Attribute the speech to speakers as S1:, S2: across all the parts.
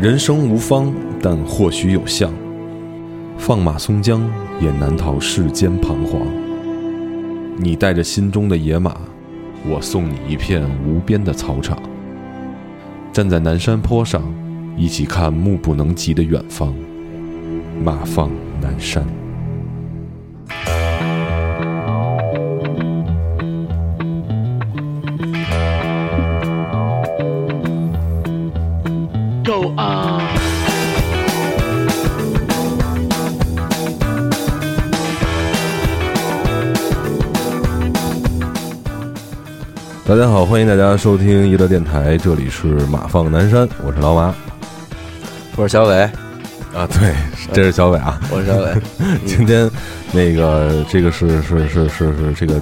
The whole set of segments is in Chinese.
S1: 人生无方，但或许有相。放马松江，也难逃世间彷徨。你带着心中的野马，我送你一片无边的草场。站在南山坡上，一起看目不能及的远方。马放南山。
S2: Go on.
S1: 大家好，欢迎大家收听娱乐电台，这里是马放南山，我是老马
S3: 我是小伟，
S1: 啊，对，这是小伟啊。
S3: 我是小 伟，
S1: 今天那个这个是是是是是这个，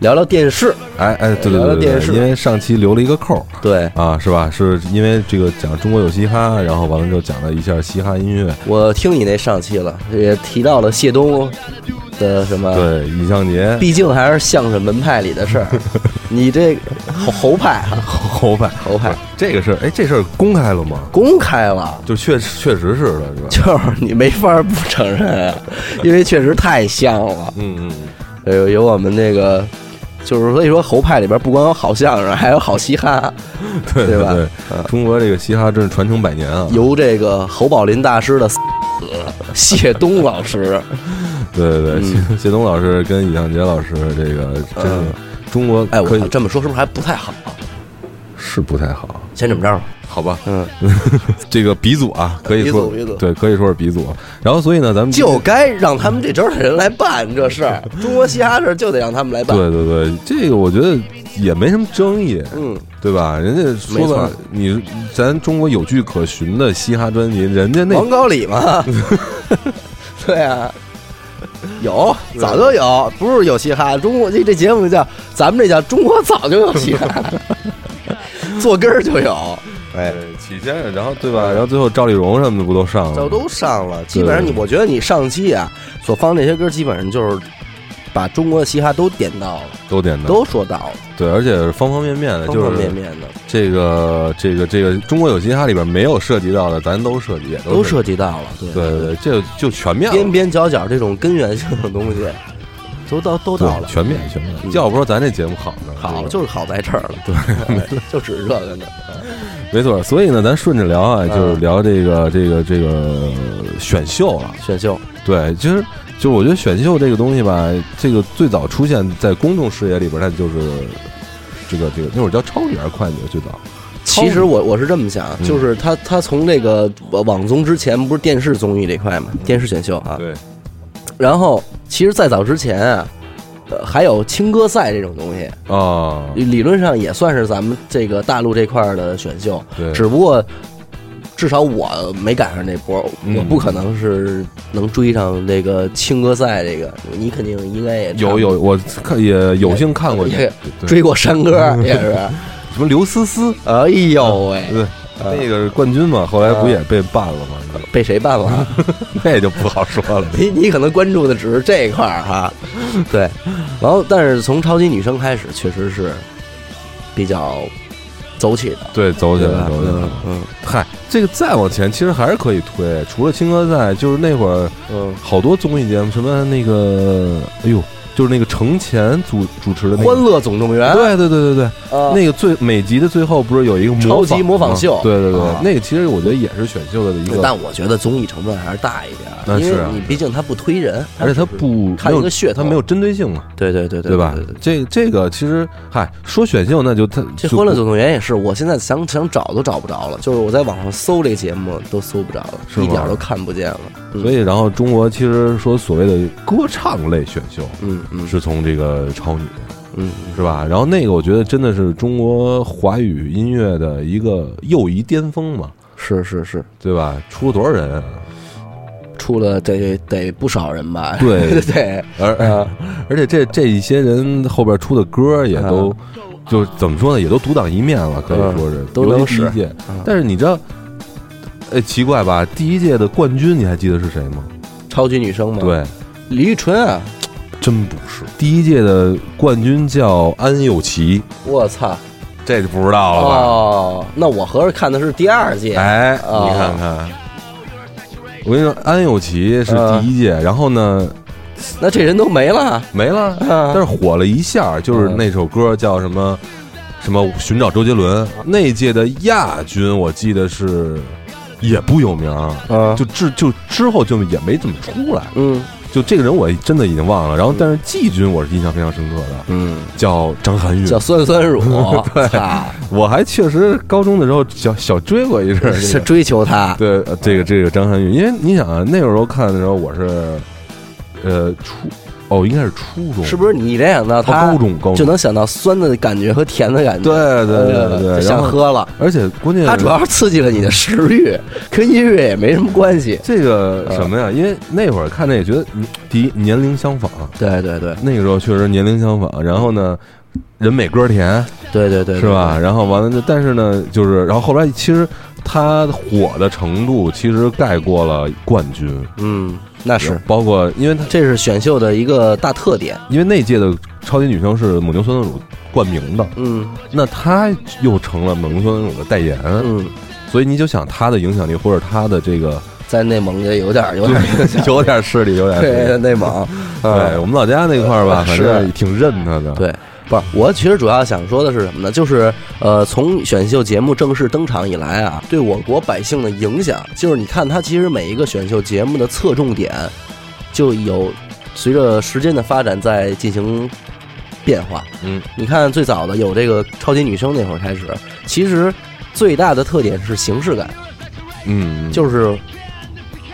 S3: 聊聊电视。
S1: 哎哎，对对
S3: 聊聊
S1: 对对
S3: 电视
S1: 对，因为上期留了一个扣儿
S3: 对
S1: 啊，是吧？是因为这个讲中国有嘻哈，然后完了之后讲了一下嘻哈音乐，
S3: 我听你那上期了，也提到了谢东的什么，
S1: 对，尹相杰
S3: 毕竟还是相声门派里的事 儿。你这侯侯派啊，
S1: 侯派，
S3: 侯派
S1: 这个事儿，哎，这事儿公开了吗？
S3: 公开了，
S1: 就确确实是的，是吧？
S3: 就是你没法不承认啊，因为确实太像了。
S1: 嗯嗯，
S3: 有有我们那个，就是所以说侯派里边不光有好相声，还有好嘻哈，
S1: 嗯对
S3: 对吧
S1: 对，中国这个嘻哈真是传承百年啊。
S3: 由这个侯宝林大师的死谢东老师，
S1: 对对对，
S3: 嗯
S1: 谢谢东老师跟尹相杰老师，这个真的中国
S3: 哎，
S1: 可
S3: 我
S1: 以
S3: 这么说是不是还不太好？
S1: 是不太好，
S3: 先这么着吧，
S1: 好吧？
S3: 嗯。
S1: 这个鼻祖啊，可以说
S3: 鼻祖鼻祖
S1: 对，可以说是鼻祖。啊然后所以呢，咱们
S3: 就该让他们这州的人来办这事 儿。中国嘻哈事儿就得让他们来办。
S1: 对对对，这个我觉得也没什么争议，
S3: 嗯，
S1: 对吧？人家
S3: 没
S1: 说
S3: 错
S1: 了，你咱中国有据可循的嘻哈专辑，人家那
S3: 王高里 嘛，对啊，有早就有，不是有嘻哈，中国这这节目叫咱们这叫中国早就有嘻哈， 坐根儿就
S1: 哦
S3: 有，哎，
S1: 对起先生，然后对吧？然后最后赵丽蓉什么的不都上了
S3: 早
S1: 吗？
S3: 都上了。基本上你，
S1: 对
S3: 我觉得你上期啊所放这些歌，基本上就是把中国的嘻哈都点到了，
S1: 都点的，
S3: 都说到了，
S1: 对，而且是方方面面的，
S3: 方
S1: 就
S3: 方
S1: 是
S3: 面面的
S1: 这个这个这个中国有嘻哈里边没有涉及到的，咱都涉及，也
S3: 都
S1: 涉
S3: 涉及到了，对
S1: 及。对对，对，这就全面
S3: 边
S1: 了，
S3: 边角角这种根源性的东西，都到都到
S1: 对，
S3: 了，
S1: 全面全面。
S3: 嗯
S1: 要不说咱这节目好呢？
S3: 好
S1: 这个
S3: 就是好在这儿了，对，就指这个呢，
S1: 没错。所以呢，咱顺着聊啊，
S3: 嗯
S1: 就是聊这个这个这个选秀了。
S3: 选秀，
S1: 对，其实就我觉得选秀这个东西吧，这个最早出现在公众视野里边，它就是这个这个那会儿叫超女还是快女最早。
S3: 其实我我是这么想，
S1: 嗯
S3: 就是他他从这个网综之前不是电视综艺这块嘛，电视选秀啊，
S1: 对，
S3: 然后其实再早之前啊。呃，还有青歌赛这种东西，
S1: 啊，
S3: 理论上也算是咱们这个大陆这块儿的选秀，
S1: 对，
S3: 只不过至少我没赶上这波，
S1: 嗯
S3: 我不可能是能追上这个青歌赛这个，你肯定应该也
S1: 有有我看也有幸看过一
S3: 也
S1: 个，对
S3: 追过山歌 也是，
S1: 什么刘思思，
S3: 哎呦喂，
S1: 嗯对，那个是冠军
S3: 啊
S1: 嘛，后来不也被办了吗？
S3: 被谁办了？啊
S1: 那就不好 说了。
S3: 你你可能关注的只是这一块儿哈，对，然后但是从超级女声开始，确实是比较走起的，
S1: 对，走起
S3: 对
S1: 来，
S3: 吧？
S1: 走起来
S3: 嗯。嗯
S1: 嗨，这个再往前其实还是可以推，除了青歌赛，就是那会儿
S3: 嗯。
S1: 好多综艺节目，什么那个，哎呦，就是那个程前主主持的那
S3: 欢
S1: 个。
S3: 乐总动员，
S1: 对对对对对，
S3: 啊
S1: 那个最每集的最后不是有一个模
S3: 超
S1: 仿
S3: 级模仿
S1: 吗
S3: 秀
S1: 对对对
S3: 啊，
S1: 那个其实我觉得也是选秀的一个，
S3: 但我觉得综艺成分还是大一点儿，
S1: 那
S3: 因
S1: 是
S3: 为
S1: 啊
S3: 你毕竟它不推人，
S1: 而且它
S3: 只是
S1: 不
S3: 看
S1: 没有
S3: 一个噱头
S1: 它没有针对性嘛。
S3: 对对对
S1: 对吧
S3: 对对？对
S1: 这这个其实，嗨，说选秀那就他
S3: 这《
S1: 就
S3: 欢乐总动员》也是，我现在想想找都找不着了，就是我在网上搜这节目都搜不着了，
S1: 是吗
S3: 一点儿都看不见了。嗯
S1: 所以，然后中国其实说所谓的歌唱类选秀
S3: 嗯嗯
S1: 是从这个超女
S3: 嗯，
S1: 是吧？然后那个我觉得真的是中国华语音乐的一个又一巅峰嘛，
S3: 是是是，
S1: 对吧？出了多少人、啊？
S3: 出了得得不少人吧？
S1: 对
S3: 对，
S1: 而
S3: 啊
S1: 而且这这一些人后边出的歌也都就怎么说呢，也都独当一面了，可以说是
S3: 嗯都
S1: 尤
S3: 能
S1: 其第一
S3: 使
S1: 届
S3: 嗯。
S1: 但是你知道，哎，奇怪吧？第一届的冠军你还记得是谁吗？
S3: 超级女声嘛，，
S1: 对。
S3: 李宇春啊，
S1: 真不是。第一届的冠军叫安又琪，
S3: 我操，
S1: 这就不知道了吧？
S3: 哦，那我合着看的是第二季，
S1: 哎，
S3: 哦
S1: 你看看，我跟你说，安有琪是
S3: 嗯
S1: 第一届，然后呢
S3: 那这人都没了。
S1: 没了，
S3: 啊
S1: 但是火了一下，就是
S3: 嗯
S1: 那首歌叫什么什么寻找周杰伦，
S3: 啊
S1: 那一届的亚军我记得是也不有名，
S3: 嗯
S1: 就之就之后就也没怎么出来，
S3: 嗯
S1: 就这个人我真的已经忘了，然后但是季军我是印象非常深刻的，
S3: 嗯，
S1: 叫张含韵，
S3: 叫酸 酸乳，对，
S1: 我还确实高中的时候小小追过一阵儿、这
S3: 是啊
S1: 个，
S3: 追求他，
S1: 对，呃这个这个张含韵，因为你想啊，那个时候看的时候我是，呃，初哦，应该是初中，
S3: 是不是？你联想到
S1: 哦？
S3: 他
S1: 高，中高
S3: 就
S1: 中，
S3: 能想到酸的感觉和甜的感觉，呃
S1: 对对对对
S3: 就
S1: 对，然
S3: 想
S1: 后
S3: 喝了。
S1: 而且关键
S3: 它主要是刺激了你的食欲，跟音乐也没什么关系。
S1: 这个什么
S3: 啊
S1: 呀？因为那会儿看着也觉得，嗯第一年龄相仿，
S3: 对对对
S1: 那个时候确实年龄相仿，然后呢，人美歌甜
S3: 对对对，
S1: 是吧？？然后完了就，但是呢，就是然后后来其实他火的程度其实盖过了冠军。
S3: 嗯，那是，
S1: 包括因为他
S3: 这是选秀的一个大特点。
S1: 因为那届的超级女声是蒙牛酸酸乳冠名的，
S3: 嗯
S1: 那她又成了蒙牛酸酸乳的代言，
S3: 嗯，
S1: 所以你就想她的影响力或者她的这 个，
S3: 在内蒙也有点有点影响
S1: 有点势力，有点势
S3: 哎 对
S1: 力。
S3: 内蒙，
S1: 对
S3: 嗯
S1: 我们老家那块儿 吧，反
S3: 是
S1: 正挺认她的。
S3: 对。不是，我其实主要想说的是什么呢？就是，呃，从选秀节目正式登场以来啊，对我国百姓的影响，就是你看它其实每一个选秀节目的侧重点，就有随着时间的发展在进行变化。
S1: 嗯，
S3: 你看最早的有这个超级女声那会儿开始，其实最大的特点是形式感，
S1: 嗯，
S3: 就是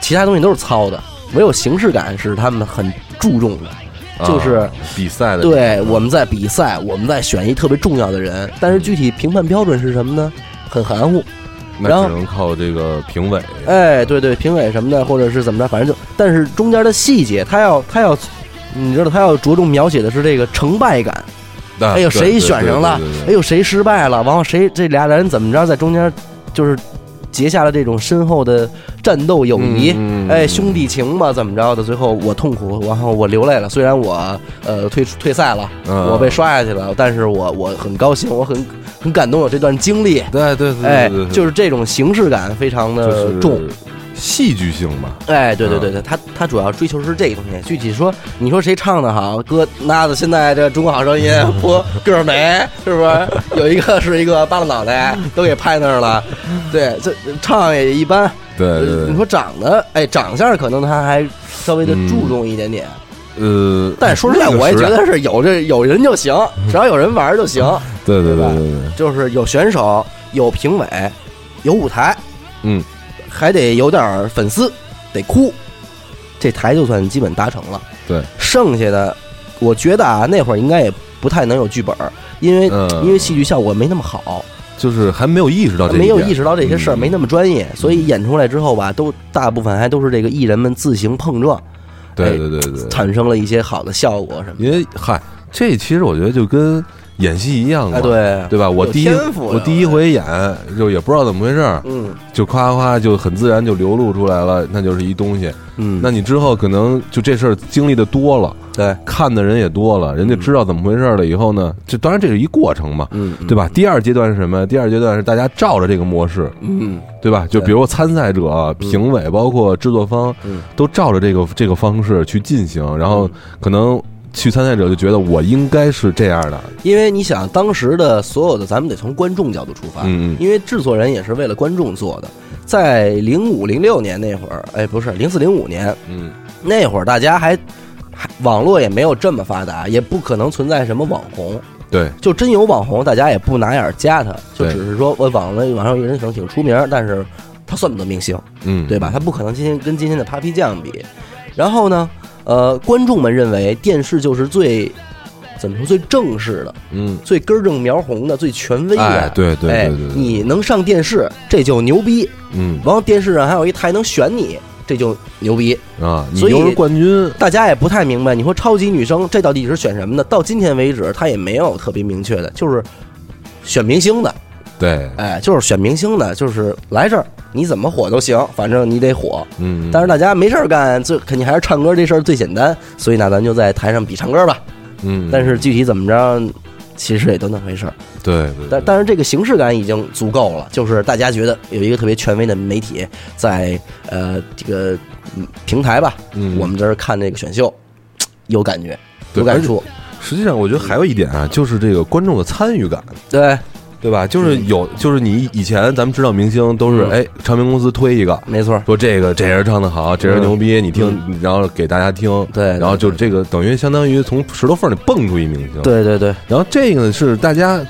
S3: 其他东西都是糙的，唯有形式感是他们很注重的。
S1: 啊
S3: 就是
S1: 比赛的
S3: 对，我们在比赛，我们在选一特别重要的人，但是具体评判标准是什么呢？很含糊。
S1: 那
S3: 然后
S1: 只能靠这个评委。
S3: 哎，对对，评委什么的，或者是怎么着，反正就，但是中间的细节，他要他要，你知道，他要着重描写的是这个成败感。
S1: 啊
S3: 哎呦，
S1: 对
S3: 谁
S1: 对
S3: 选
S1: 对
S3: 上
S1: 对
S3: 了
S1: 对对？
S3: 哎呦，谁失败了？然后谁这俩人怎么着，在中间就是结下了这种深厚的战斗友谊。
S1: 嗯嗯嗯
S3: 哎，兄弟情吧，怎么着的？最后我痛苦，然后我流泪了。虽然我呃退出退赛了，
S1: 嗯
S3: 我被刷下去了，但是我我很高兴，我很很感动有这段经历。
S1: 对嗯对对，
S3: 哎
S1: 对对，
S3: 就是这种形式感非常的
S1: 就是
S3: 重。
S1: 戏剧性嘛。
S3: 哎，对
S1: 嗯
S3: 对对对，他他主要追求是这个东西。具体说，你说谁唱的好，哥那的现在这《中国好声音》 播个儿没，是不是？有一个是一个扒拉脑袋，都给拍那 儿了。对，这唱也一般。
S1: 对对对，
S3: 呃你说长得，哎，长相可能他还稍微的
S1: 嗯
S3: 注重一点点，
S1: 呃，
S3: 但说实在，
S1: 那个
S3: 我也
S1: 时
S3: 觉
S1: 代
S3: 得是有这有人就行，只要有人玩儿就行。
S1: 对对
S3: 对吧
S1: 对对对，
S3: 就是有选手，有评委，有舞台，
S1: 嗯，
S3: 还得有点儿粉丝，得哭，这台就算基本达成了。
S1: 对，
S3: 剩下的我觉得啊，那会儿应该也不太能有剧本儿，因为、
S1: 嗯
S3: 因为戏剧效果没那么好，
S1: 就是还没有意识到这一
S3: 没有
S1: 点
S3: 意识到这些事儿、
S1: 嗯
S3: 没那么专业，所以演出来之后吧，都大部分还都是这个艺人们自行碰撞，哎
S1: 对对对对对，
S3: 产生了一些好的效果什么的。
S1: 因为嗨，这其实我觉得就跟演戏一样嘛，
S3: 哎，对
S1: 对吧？我第一
S3: 有天赋呀
S1: 我第一回演就也不知道怎么回事儿，
S3: 嗯
S1: 就夸夸就很自然就流露出来了，那就是一东西。
S3: 嗯，
S1: 那你之后可能就这事儿经历的多了，
S3: 对，
S1: 看的人也多了，人家知道怎么回事儿了以后呢，这当然这是一过程嘛，
S3: 嗯，
S1: 对吧？第二阶段是什么呀？第二阶段是大家照着这个模式，
S3: 嗯？
S1: 对吧？就比如参赛者、评委，包括制作方
S3: 嗯，
S1: 都照着这个这个方式去进行，然后可能去参赛者就觉得我应该是这样的，
S3: 因为你想，当时的所有的，咱们得从观众角度出发，
S1: 嗯嗯
S3: 因为制作人也是为了观众做的。在零五零六年那会儿，哎，不是零四零五年
S1: 嗯，
S3: 那会儿，哎大家还还网络也没有这么发达，也不可能存在什么网红。
S1: 对，
S3: 就真有网红，大家也不拿眼儿加他，就
S1: 对
S3: 只是说我网络网上有人可能挺出名，但是他算不得明星。
S1: 嗯，
S3: 对吧？他不可能今天跟今天的 Papi 酱比。然后呢，呃，观众们认为电视就是最怎么说最正式的、
S1: 嗯，
S3: 最根正苗红的、最权威的。
S1: 哎，对对
S3: 哎
S1: 对对，对
S3: 你能上电视，这就牛逼。
S1: 嗯
S3: 然后电视上还有一台能选你，这就牛逼。
S1: 啊，你
S3: 所以
S1: 又是冠军，
S3: 大家也不太明白，你说超级女声这到底是选什么的？到今天为止，他也没有特别明确的，就是选明星的。
S1: 对，
S3: 哎，就是选明星的，就是来这儿你怎么火都行，反正你得火。
S1: 嗯，
S3: 但是大家没事儿干，最肯定还是唱歌这事儿最简单，所以呢，咱就在台上比唱歌吧。
S1: 嗯，
S3: 但是具体怎么着，其实也都那回事儿。
S1: 对对，
S3: 但但是这个形式感已经足够了，就是大家觉得有一个特别权威的媒体在呃这个嗯平台吧，
S1: 嗯
S3: 我们这儿看这个选秀，有感觉，
S1: 对
S3: 有感触，
S1: 实际上我觉得还有一点啊，就是这个观众的参与感，
S3: 对，
S1: 对吧？就是有，就是你以前咱们知道明星都是
S3: 嗯
S1: 哎，唱片公司推一个，
S3: 没错，
S1: 说这个这人唱的好，这人牛逼，你听，然后给大家听，
S3: 嗯对对
S1: 然后就这个等于相当于从石头缝里蹦出一明星，，
S3: 对对对，
S1: 然后这个是大家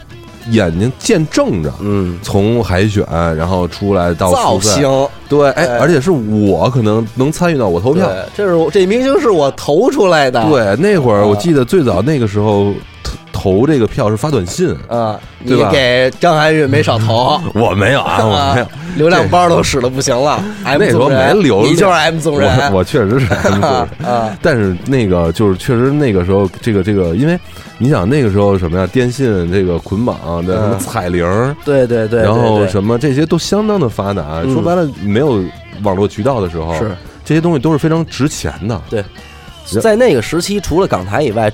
S1: 眼睛见证着。
S3: 嗯，
S1: 从海选，然后出来到
S3: 造
S1: 初赛
S3: 型，
S1: 对，哎
S3: 哎，
S1: 而且是我可能能参与到我投票，
S3: 对，这是我这明星是我投出来的，
S1: 对，那会
S3: 啊
S1: 儿我记得最早那个时候投投这个票是发短信，
S3: 啊，
S1: 对
S3: 你
S1: 吧
S3: 给张涵予没少投。
S1: 我没有啊，我没有，
S3: 流量包都使的不行了 ，M
S1: 那时候
S3: 纵
S1: 没
S3: 人
S1: 流量
S3: 你就是 M 纵人，
S1: 我我确实是 M
S3: 啊
S1: 组人。
S3: 啊，
S1: 但是那个就是确实那个时候，这个这个，因为你想那个时候什么呀，电信这个捆绑的什么
S3: 嗯
S1: 彩铃，
S3: 对对对，
S1: 然后
S3: 对对
S1: 什么这些都相当的发达。
S3: 嗯
S1: 说白了，没有网络渠道的时候，
S3: 是
S1: 这些东西都是非常值钱的。是
S3: 在那个时期，除了港台以外，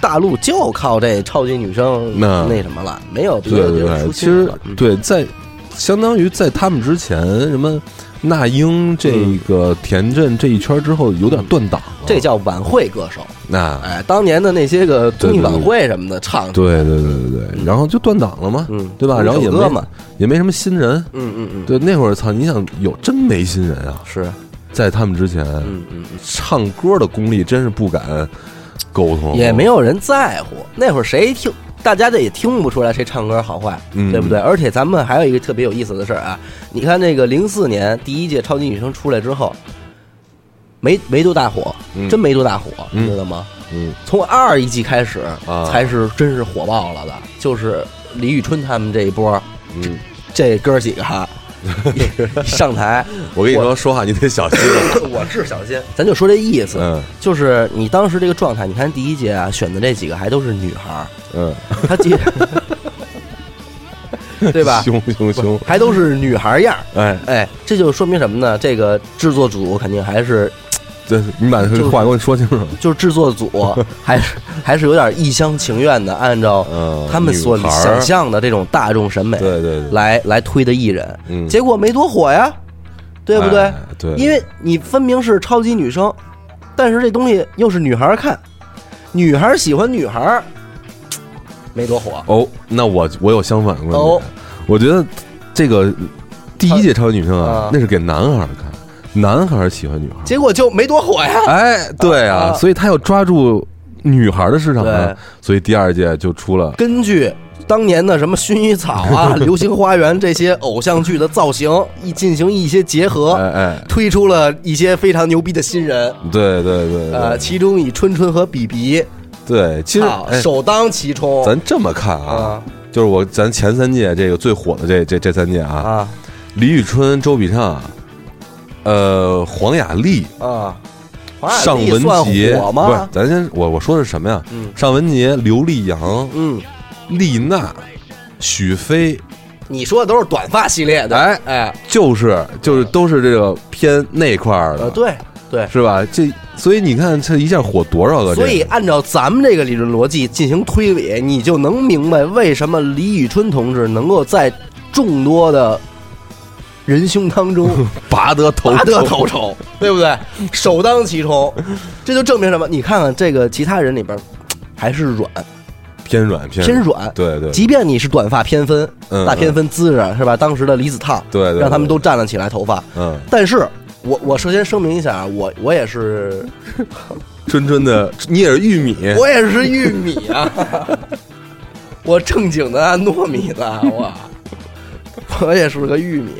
S3: 大陆就靠这超级女声
S1: 那
S3: 那什么了，没有别
S1: 对
S3: 的嗯地
S1: 对
S3: 儿
S1: 对，
S3: 出
S1: 其
S3: 清
S1: 实
S3: 了。
S1: 对在相当于在他们之前，什么那英这个田震这一圈之后，有点断档了。
S3: 嗯这叫晚会歌手，
S1: 那
S3: 哎，当年的那些个综艺晚会什么的唱，
S1: 对对对对对，然后就断档了嘛，
S3: 嗯，
S1: 对吧？
S3: 五
S1: 然后
S3: 首
S1: 也
S3: 歌
S1: 没
S3: 嘛，
S1: 也没什么新人。
S3: 嗯嗯嗯，
S1: 对，那会儿操，你想有真没新人啊？
S3: 是，
S1: 在他们之前，
S3: 嗯嗯，
S1: 唱歌的功力真是不敢沟通，
S3: 也没有人在乎。那会儿谁听，大家这也听不出来谁唱歌好坏，
S1: 嗯
S3: 对不对？而且咱们还有一个特别有意思的事儿啊，你看那个零四年第一届超级女声出来之后，没没多大火，
S1: 嗯
S3: 真没多大火，
S1: 嗯
S3: 你知道吗？
S1: 嗯
S3: 从二一季开始
S1: 啊
S3: 才是真是火爆了的，就是李宇春他们这一波，
S1: 嗯。
S3: 这哥几 个哈一上台，
S1: 我跟你说，说话你得小心了。
S3: 我是小心，咱就说这意思，
S1: 嗯
S3: 就是你当时这个状态，你看第一届啊选的这几个还都是女孩儿，
S1: 嗯，
S3: 她 记，对吧？
S1: 凶凶凶！
S3: 还都是女孩样儿，
S1: 哎，
S3: 哎，这就说明什么呢？这个制作组肯定还是
S1: 这你把这话给我说清楚。
S3: 就是制作 组还是还是有点一厢情愿的，按照
S1: 嗯
S3: 他们所
S1: 女孩儿
S3: 想象的这种大众审美，
S1: 对对对
S3: 来来推的艺人，
S1: 嗯
S3: 结果没多火呀，对不对
S1: 哎？对
S3: 因为你分明是超级女生，但是这东西又是女孩儿看，女孩儿喜欢女孩儿，没多火。
S1: 哦，那我我有相反的观点，
S3: 哦
S1: 我觉得这个第一届超级女生啊
S3: 啊，
S1: 那是给男孩儿看，男孩儿喜欢女 孩儿。
S3: 结果就没多火呀，
S1: 哎，对啊，
S3: 啊
S1: 所以他要抓住女孩的市场呢
S3: 对，
S1: 所以第二届就出了。
S3: 根据当年的什么《薰衣草》 啊、《流星花园》这些偶像剧的造型，一进行一些结合，
S1: 哎哎，
S3: 推出了一些非常牛逼的新人。
S1: 对对对
S3: 呃，
S1: 对
S3: 其中以春春和比比，
S1: 对，其实
S3: 啊
S1: 哎
S3: 首当其冲。
S1: 咱这么看啊
S3: 啊，
S1: 就是我咱前三届这个最火的这这这三届啊，
S3: 啊
S1: 李宇春、周笔畅，呃，黄雅莉。
S3: 啊，
S1: 尚
S3: 华夏丽
S1: 雯
S3: 算
S1: 婕
S3: 火
S1: 不是
S3: 吗，？
S1: 咱先我我说的是什么呀？
S3: 嗯
S1: 尚雯婕、刘力扬、
S3: 嗯，
S1: 丽娜、许飞，
S3: 你说的都是短发系列的，
S1: 哎
S3: 哎，
S1: 就是就是都是这个偏那块儿的
S3: 呃，，对对，
S1: 是吧？这所以你看这一下火多少个？
S3: 所以按照咱们这个理论逻辑进行推理，你就能明白为什么李宇春同志能够在众多的仁兄当中
S1: 拔得 头
S3: 拔得头筹，对不对？首当其冲，这就证明什么？你看看这个其他人里边，还是软
S1: 偏软偏
S3: 偏，软。
S1: 对对
S3: 即便你是短发偏分
S1: 嗯，
S3: 大偏分姿势是吧？当时的李子烫，
S1: 对对对
S3: 让他们都站了起来，头发。
S1: 嗯，
S3: 但是我我首先声明一下啊，我我也是
S1: 春春的你也是玉米，
S3: 我也是玉米啊， 我正经的按糯米的，我我也是个玉米。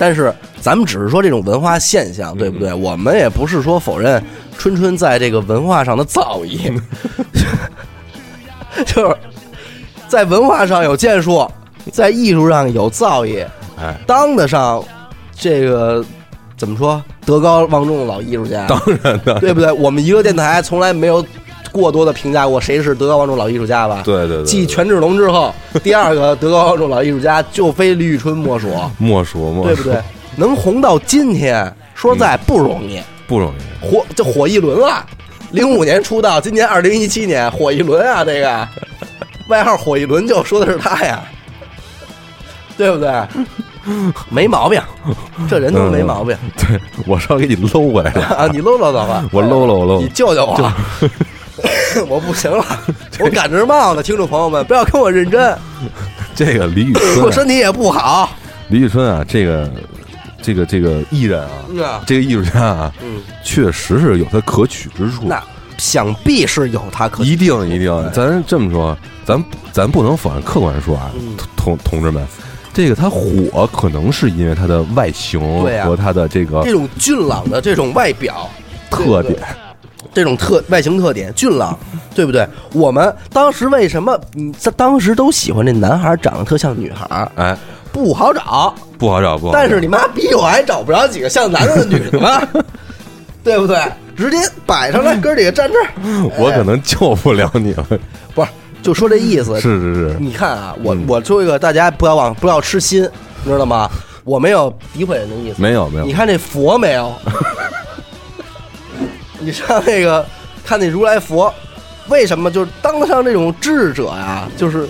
S3: 但是咱们只是说这种文化现象，对不对？我们也不是说否认春春在这个文化上的造诣， 就是在文化上有建树，在艺术上有造诣，
S1: 哎，
S3: 当得上这个怎么说德高望重的老艺术家。
S1: 当然 的，
S3: 对不对？我们一个电台从来没有过多的评价过谁是德高望重老艺术家吧？
S1: 对对对，
S3: 继权志龙之后，第二个德高望重老艺术家就非李宇春莫属，
S1: 莫说莫
S3: 对不对？能红到今天，说实在不容易，
S1: 不容易，
S3: 火就火一轮了。零五年出道，今年二零一七年火一轮啊，这个外号火一轮就说的是他呀，对不对？没毛病，这人都没毛病、
S1: 对我稍微给你搂回来了，
S3: 啊！你搂搂走吧，
S1: 我搂搂
S3: 你
S1: 搂，
S3: 救救我！ 我不行了，我赶着帽呢，听众朋友们，不要跟我认真，
S1: 这个 李宇
S3: 我
S1: 春啊、
S3: 身体也不好。
S1: 李宇春啊，这个这个这个艺人啊，
S3: 嗯啊
S1: 这个艺术家啊，
S3: 嗯，
S1: 确实是有他可取之处。
S3: 那想必是有他可
S1: 一定一定，咱这么说，咱咱不能否认，客观说啊
S3: 嗯，
S1: 同同志们，这个他火可能是因为他的外形
S3: 对啊
S1: 和他的这个
S3: 这种俊朗的这种外表，
S1: 特点，
S3: 这种特外形特点，俊朗，对不对？我们当时为什么嗯，在当时都喜欢这男孩长得特像女孩，
S1: 哎，
S3: 不好找。
S1: 不好找，不好找。
S3: 但是你妈逼我还找不着几个像男的的女的 吧，对不对？直接摆上来， 哥几个站这儿，
S1: 我
S3: 哎
S1: 可能救不了你了。
S3: 不是就说这意思。
S1: 是是是，
S3: 你看啊，我
S1: 嗯
S3: 我说一个，大家不要往不要痴心，你知道吗？我没有诋毁人的意思，
S1: 没有没有
S3: 你，看这佛没 有？你上那个看那如来佛，为什么就是当得上这种智者呀、就是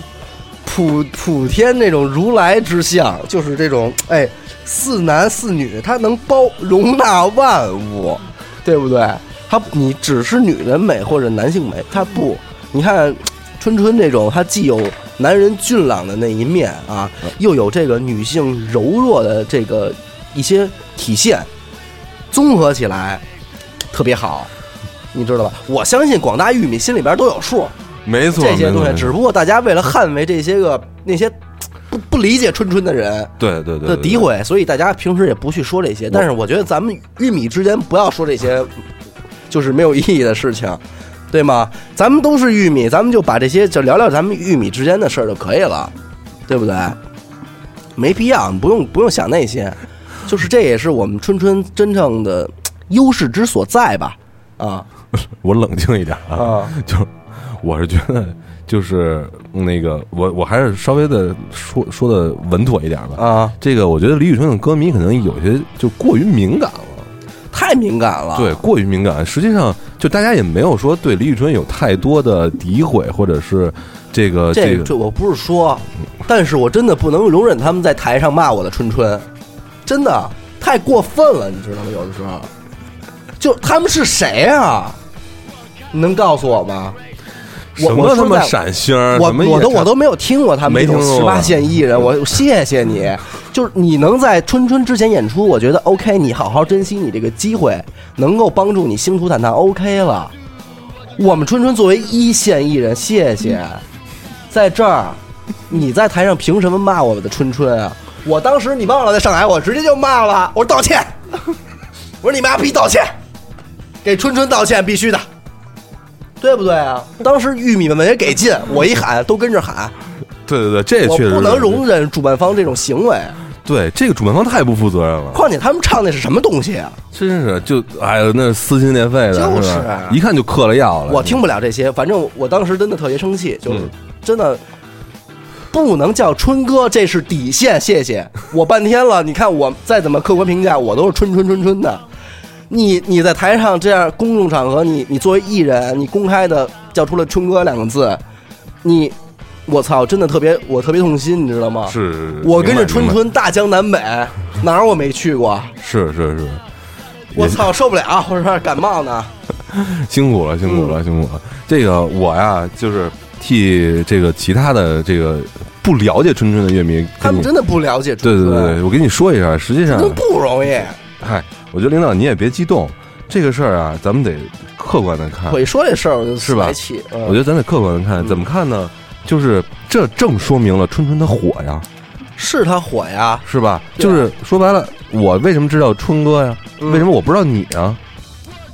S3: 普普天那种如来之相，就是这种哎四男四女，他能包容纳万物，对不对？他你只是女人美或者男性美，他不。你看春春这种，他既有男人俊朗的那一面啊，又有这个女性柔弱的这个一些体现，综合起来特别好，你知道吧？我相信广大玉米心里边都有数，
S1: 没错，
S3: 这些
S1: 没错
S3: 东西，只不过大家为了捍卫这些个那些不不理解春春的人
S1: 对对对
S3: 的
S1: 对
S3: 诋毁，所以大家平时也不去说这些。但是我觉得咱们玉米之间不要说这些就是没有意义的事情，对吗？咱们都是玉米，咱们就把这些就聊聊咱们玉米之间的事儿就可以了，对不对？没必要，不用不用想那些，就是这也是我们春春真正的嘖优势之所在吧？啊
S1: 我冷静一点啊，
S3: 啊，
S1: 就是我是觉得就是那个我我还是稍微的说说的稳妥一点吧。
S3: 啊，
S1: 这个我觉得李宇春的歌迷可能有些就过于敏感了。
S3: 太敏感了，
S1: 对，过于敏感。实际上，就大家也没有说对李宇春有太多的诋毁，或者是呃这个
S3: 这
S1: 个嗯
S3: 这我不是说，但是我真的不能容忍他们在台上骂我的春春，真的太过分了，你知道吗？有的时候，就他们是谁啊？你能告诉我吗？我
S1: 什
S3: 我
S1: 么他
S3: 说
S1: 妈
S3: 在
S1: 闪星儿，
S3: 我
S1: 什么
S3: 我
S1: 也
S3: 都我都没有听过他们
S1: 没
S3: 这种
S1: 听
S3: 十
S1: 说过
S3: 八线艺 人，我谢谢你，就是你能在春春之前演出，我觉得 OK，你好好珍惜你这个机会，能够帮助你星途坦荡 OK 了。我们春春作为一线艺人，谢谢，在这儿，你在台上凭什么骂我们的春春啊？我当时你忘了在上海，我直接就骂了，我说道歉， 我说你妈逼道歉，给春春道歉必须的。对不对啊？当时玉米们也给劲，我一喊都跟着喊，
S1: 对对对，这
S3: 我
S1: 确实
S3: 不能
S1: 是
S3: 容忍主办方这种行为。
S1: 对这个主办方太不负责任 了，
S3: 况且他们唱的是什么东西啊？
S1: 真是就哎呀，那撕心裂肺的，
S3: 就是是
S1: 吧一看就嗑了药了。
S3: 我听不了这些，反正我当时真的特别生气，就是
S1: 嗯
S3: 真的不能叫春哥，这是底线。谢谢我半天了，你看我再怎么客观评价，我都是春春春春的。你你在台上这样公众场合，你你作为艺人，你公开的叫出了“春哥”两个字，你我操，真的特别我特别痛心，你知道吗？
S1: 是是是
S3: 我跟
S1: 明
S3: 着
S1: 白
S3: 春
S1: 明白
S3: 春大江南北，哪儿我没去过？
S1: 是是是，
S3: 我
S1: 也
S3: 操，受不了， 我有点感冒呢。
S1: 辛苦了，辛苦
S3: 嗯
S1: 了，辛苦了。这个我呀，就是替这个其他的这个不了解春春的乐迷，
S3: 他
S1: 跟你
S3: 们真的不了解
S1: 对
S3: 春
S1: 对
S3: 春，
S1: 对啊对，我跟你说一下，实际上
S3: 真不容易。
S1: 嗨，我觉得领导你也别激动，这个事儿啊，咱们得客观的看
S3: 我。一说这事儿，我就是
S1: 吧
S3: 来气。嗯
S1: 我觉得咱得客观的看，怎么看呢？就是这正说明了春春他火呀，
S3: 是他火呀，
S1: 是吧？
S3: 对
S1: 就
S3: 啊
S1: 是说白了，我为什么知道春哥呀？
S3: 嗯
S1: 为什么我不知道你啊？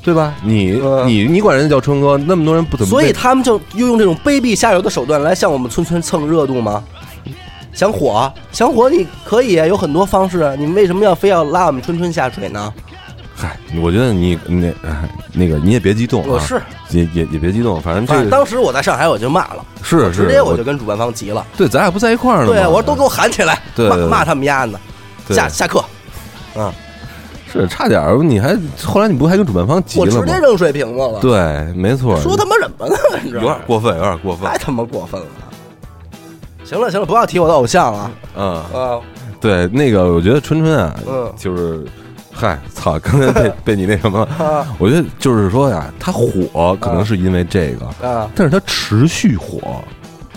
S1: 对吧？你
S3: 嗯
S1: 你你管人家叫春哥，那么多人不怎么
S3: 所以
S1: 被
S3: 他们就又用这种卑鄙下流的手段来向我们村村蹭热度吗？想火，想火，你可以啊有很多方式，你为什么要非要拉我们春春下水呢？
S1: 嗨，我觉得你那哎那个你也别激动
S3: 我
S1: 啊，
S3: 是，
S1: 也也也别激动，反正
S3: 反正
S1: 这个
S3: 当时我在上海我就骂了，
S1: 是是
S3: 直接我
S1: 我
S3: 就跟主办方急了，
S1: 对，咱俩不在一块儿呢嘛。
S3: 对我说都给我喊起来，
S1: 对
S3: 骂
S1: 对对
S3: 骂他们丫的，
S1: 对
S3: 下下课，嗯，
S1: 是差点儿，你还后来你不还跟主办方急
S3: 我直
S1: 了
S3: 接
S1: 吗？
S3: 扔水瓶子了，
S1: 对，没错，
S3: 说他妈什么呢？你知
S1: 有
S3: 道吗
S1: 点？过分，有点过分
S3: 太。他妈过分了，行了行了，不要提我的偶像了。
S1: 嗯，
S3: 啊，
S1: 对，那个我觉得春春啊，
S3: 嗯
S1: 就是，嗨，操，刚才 被被你那什么，
S3: 啊
S1: 我觉得就是说呀，他火可能
S3: 嗯
S1: 是因为这个，
S3: 啊，
S1: 但是他持续火，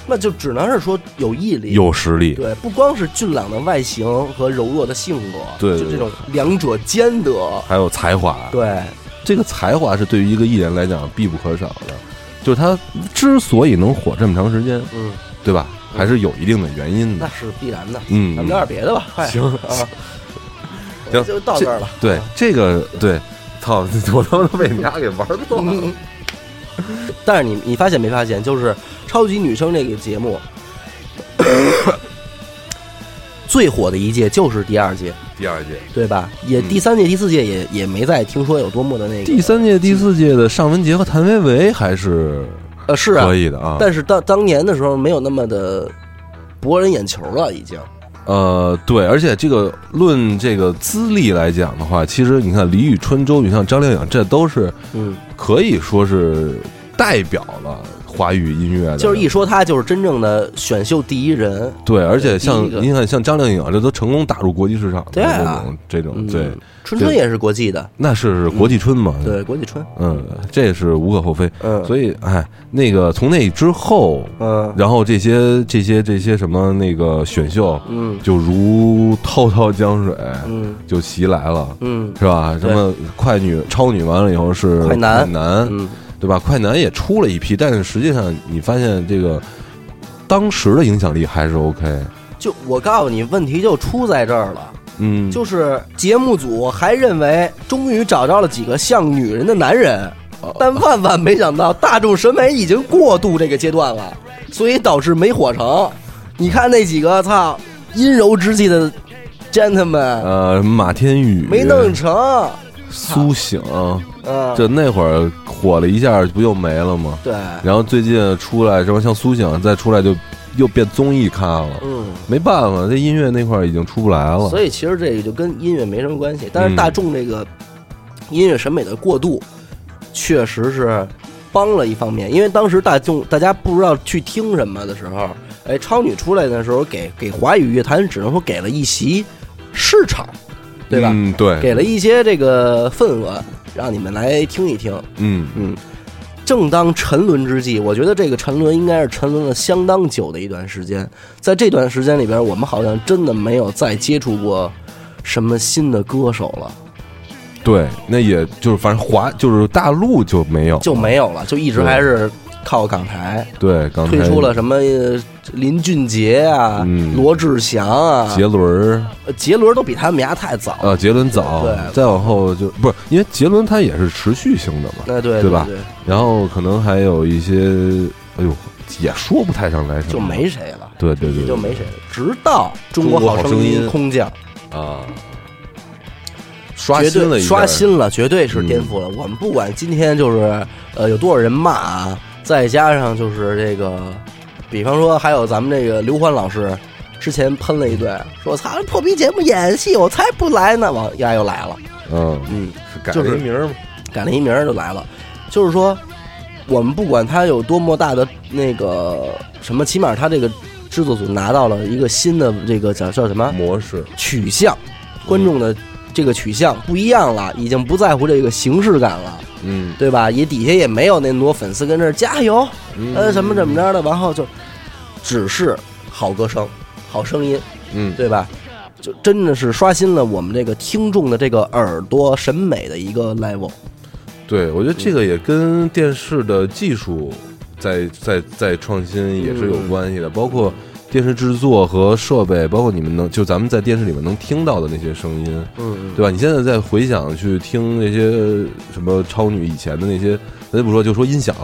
S3: 那就只能是说有毅力。
S1: 有实力，
S3: 对，不光是俊朗的外形和柔弱的性格，
S1: 对
S3: 就这种两者兼得。
S1: 还有才华，
S3: 对，
S1: 这个才华是对于一个艺人来讲必不可少的，就是他之所以能火这么长时间，
S3: 嗯，
S1: 对吧？还是有一定的原因
S3: 那
S1: 的。
S3: 是必然的。
S1: 嗯，
S3: 咱们聊点别的吧，快
S1: 行
S3: 啊，
S1: 行
S3: 就到这儿了。啊
S1: 对这个对，操， 我他妈都被你丫给玩断了。
S3: 嗯 但是你你发现没发现，就是《超级女声》这个节目 最火的一届就是第二届，
S1: 第二届、
S3: 对吧？也
S1: 嗯
S3: 第三届、第四届也也没再听说有多么的那个。
S1: 第三届、第四届的尚雯婕和谭维维还是
S3: 呃是啊
S1: 可，以的啊。
S3: 但是当当年的时候没有那么的博人眼球了，已经。
S1: 呃，对，而且这个论这个资历来讲的话，其实你看李宇春、周云像张靓颖，这都是
S3: 嗯，
S1: 可以说是代表了华语音乐的。
S3: 就是一说他就是真正的选秀第一人。
S1: 对，而且像
S3: 第一个
S1: 你看，像张靓颖啊，这都成功打入国际市场的
S3: 对
S1: 这
S3: 啊
S1: 种这种
S3: 嗯，
S1: 对，，
S3: 春春也是国际的，
S1: 那是国际春嘛。
S3: 对，国际春。
S1: 嗯，这是无可厚非。
S3: 嗯，
S1: 所以，哎，那个从那之后，
S3: 嗯
S1: 然后这些这些这些什么那个选秀，
S3: 嗯
S1: 就如滔滔江水
S3: 嗯
S1: 就袭来了，
S3: 嗯
S1: 是吧？什
S3: 对
S1: 么快女、超女完了以后是
S3: 快男
S1: 男，
S3: 嗯，
S1: 对吧？快男也出了一批，但是实际上你发现这个当时的影响力还是 OK。
S3: 就我告诉你，问题就出在这儿了。
S1: 嗯，
S3: 就是节目组还认为终于找到了几个像女人的男人，
S1: 哦
S3: 但万万没想到大众审美已经过渡这个阶段了，所以导致没火成。你看那几个操阴柔之气的 gentleman
S1: 呃，马天宇
S3: 没弄成，
S1: 苏醒，
S3: 嗯，
S1: 这那会儿火了一下，不又没了吗？
S3: 对，
S1: 然后最近出来什么像苏醒，再出来就又变综艺咖了。
S3: 嗯。
S1: 没办法，这音乐那块儿已经出不来了。
S3: 所以其实这个就跟音乐没什么关系，但
S1: 嗯
S3: 是大众这个音乐审美的过度，确实是帮了一方面，因为当时大众大家不知道去听什么的时候，哎，超女出来的时候给给华语乐坛只能说给了一席市场，对吧？
S1: 嗯，对，
S3: 给了一些这个份额，让你们来听一听。
S1: 嗯
S3: 嗯，正当沉沦之际，我觉得这个沉沦应该是沉沦了相当久的一段时间。在这段时间里边，我们好像真的没有再接触过什么新的歌手了，
S1: 对，那也就是反正华就是大陆就没有，
S3: 就没有了，就一直还是靠港台。
S1: 对，刚才
S3: 推出了什么呃林俊杰啊、
S1: 嗯
S3: 罗志祥啊、
S1: 杰伦儿
S3: 呃杰伦都比他们家太早了。
S1: 啊，杰伦早
S3: 对，
S1: 再往后就不是因为杰伦他也是持续性的嘛，
S3: 那哎对
S1: 对吧
S3: 对，
S1: 然后可能还有一些，哎呦，也说不太上来什么，
S3: 就没谁了，
S1: 对对对，
S3: 也
S1: 对
S3: 就没谁了。直到《嗯中
S1: 中
S3: 国
S1: 国
S3: 好
S1: 好
S3: 声
S1: 声
S3: 音
S1: 音》
S3: 空降。
S1: 啊，刷
S3: 绝对
S1: 新了一下嗯
S3: 刷，新了，绝对是颠覆了。我们不管今天就是呃有多少人骂啊，再加上就是这个，比方说还有咱们这个刘欢老师之前喷了一顿，说操破逼节目演戏，我才不来呢，往丫又来了，
S1: 嗯，
S3: 嗯，
S1: 改
S3: 就是
S1: 了一名儿嘛，
S3: 改了一名儿就来了，就是说我们不管他有多么大的那个什么，起码他这个制作组拿到了一个新的这个叫叫什么
S1: 模式，
S3: 取向，啊观众的这个取向不一样了，已经不在乎这个形式感了，
S1: 嗯，
S3: 对吧？也底下也没有那么多粉丝跟这儿加油，
S1: 嗯
S3: 呃，怎么怎么，着的，然后就只是好歌声、好声音，
S1: 嗯，
S3: 对吧？就真的是刷新了我们这个听众的这个耳朵审美的一个 level。
S1: 对，我觉得这个也跟电视的技术在在在创新也是有
S3: 嗯
S1: 关系的，包括电视制作和设备，包括你们能就咱们在电视里面能听到的那些声音，
S3: 嗯，
S1: 对吧？你现在在回想去听那些什么超女以前的那些，咱就不说，就说音响，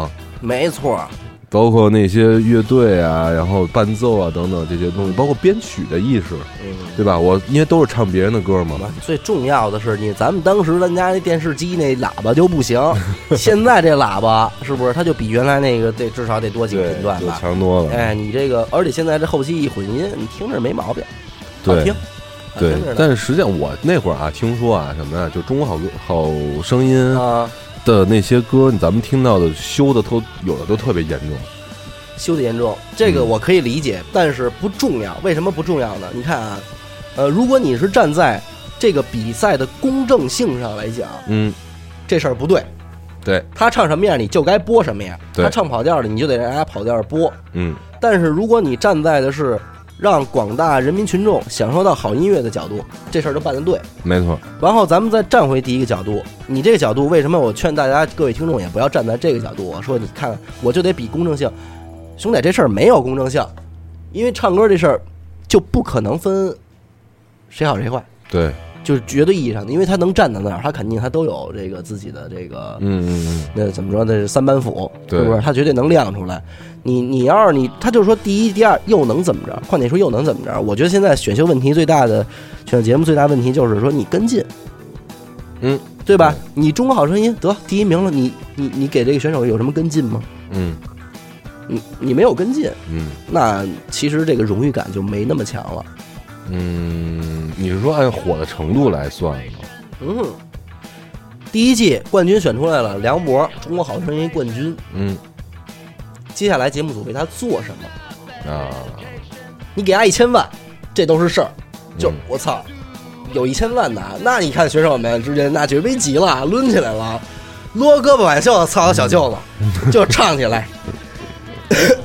S3: 没错儿，
S1: 包括那些乐队啊，然后伴奏啊等等这些东西，包括编曲的意识，
S3: 嗯。
S1: 对吧？我因为都是唱别人的歌嘛，
S3: 最重要的是，你咱们当时咱家那电视机那喇叭就不 行，现在这喇叭是不是它就比原来那个得至少得多几个频段
S1: 就
S3: 吧？
S1: 强多了，
S3: 哎，你这个，而且现在这后期一混音，你听着没毛病，好
S1: 对
S3: 听。。
S1: 对
S3: 好听着，呢
S1: 但是实际上我那会儿啊，听说啊什么呀，就中国好歌好声音
S3: 啊，
S1: 的那些歌，咱们听到的修的都有的都特别严重，
S3: 修的严重，这个
S1: 嗯
S3: 我可以理解，但是不重要。为什么不重要呢？你看啊，呃，如果你是站在这个比赛的公正性上来讲，
S1: 嗯，
S3: 这事儿不对。
S1: 对，
S3: 他唱什么样，你就该播什么样。
S1: 对
S3: 他唱跑调的，你就得让人家跑调播。
S1: 嗯
S3: 但是如果你站在的是让广大人民群众享受到好音乐的角度，这事儿就办得对。
S1: 没错，
S3: 然后咱们再站回第一个角度，你这个角度为什么？我劝大家各位听众也不要站在这个角度。我说你看，我就得比公正性，兄弟，这事儿没有公正性，因为唱歌这事儿就不可能分谁好谁坏，
S1: 对，
S3: 就是绝对意义上的，因为他能站在那儿，他肯定他都有这个自己的这个
S1: 嗯嗯
S3: 那怎么说呢？三板斧
S1: 对
S3: 是不是？他绝对能亮出来。你你要是你，他就是说第一、第二又能怎么着？况且说又能怎么着？我觉得现在选秀问题最大的选秀节目最大问题就是说你跟进，
S1: 嗯，
S3: 对吧？你中国好声音得第一名了，你你你给这个选手有什么跟进吗？
S1: 嗯
S3: 你你没有跟进，
S1: 嗯
S3: 那其实这个荣誉感就没那么强了。
S1: 嗯，你是说按火的程度来算吗？
S3: 嗯，第一季冠军选出来了，梁博中国好声音冠军，
S1: 嗯
S3: 接下来节目组为他做什么？
S1: 啊，
S3: 你给他一千万，这都是事儿。就
S1: 嗯
S3: 我操，有一千万的，那你看选手们之间那绝逼急了，抡起来了，撸胳膊挽袖，操小舅子，就唱起来。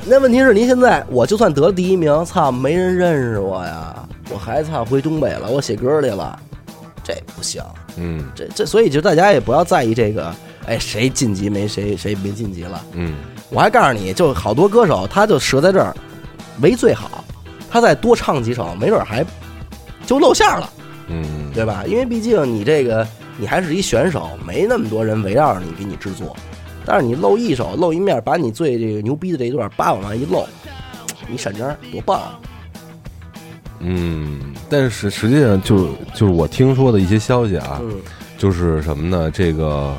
S3: 那问题是，您现在我就算得了第一名，操，没人认识我呀，我还操回东北了，我写歌去了，这不行。
S1: 嗯
S3: 这这，所以就大家也不要在意这个，哎，谁晋级没谁谁没晋级了。
S1: 嗯
S3: 我还告诉你，就好多歌手他就折在这儿，没最好，他再多唱几首，没准还就露馅儿了，
S1: 嗯，
S3: 对吧？因为毕竟你这个你还是一选手，没那么多人围绕着你给你制作，但是你露一手露一面，把你最这个牛逼的这一段叭往上一露，你闪张多棒啊！
S1: 嗯，但是实际上就是就是我听说的一些消息啊，
S3: 嗯
S1: 就是什么呢？这个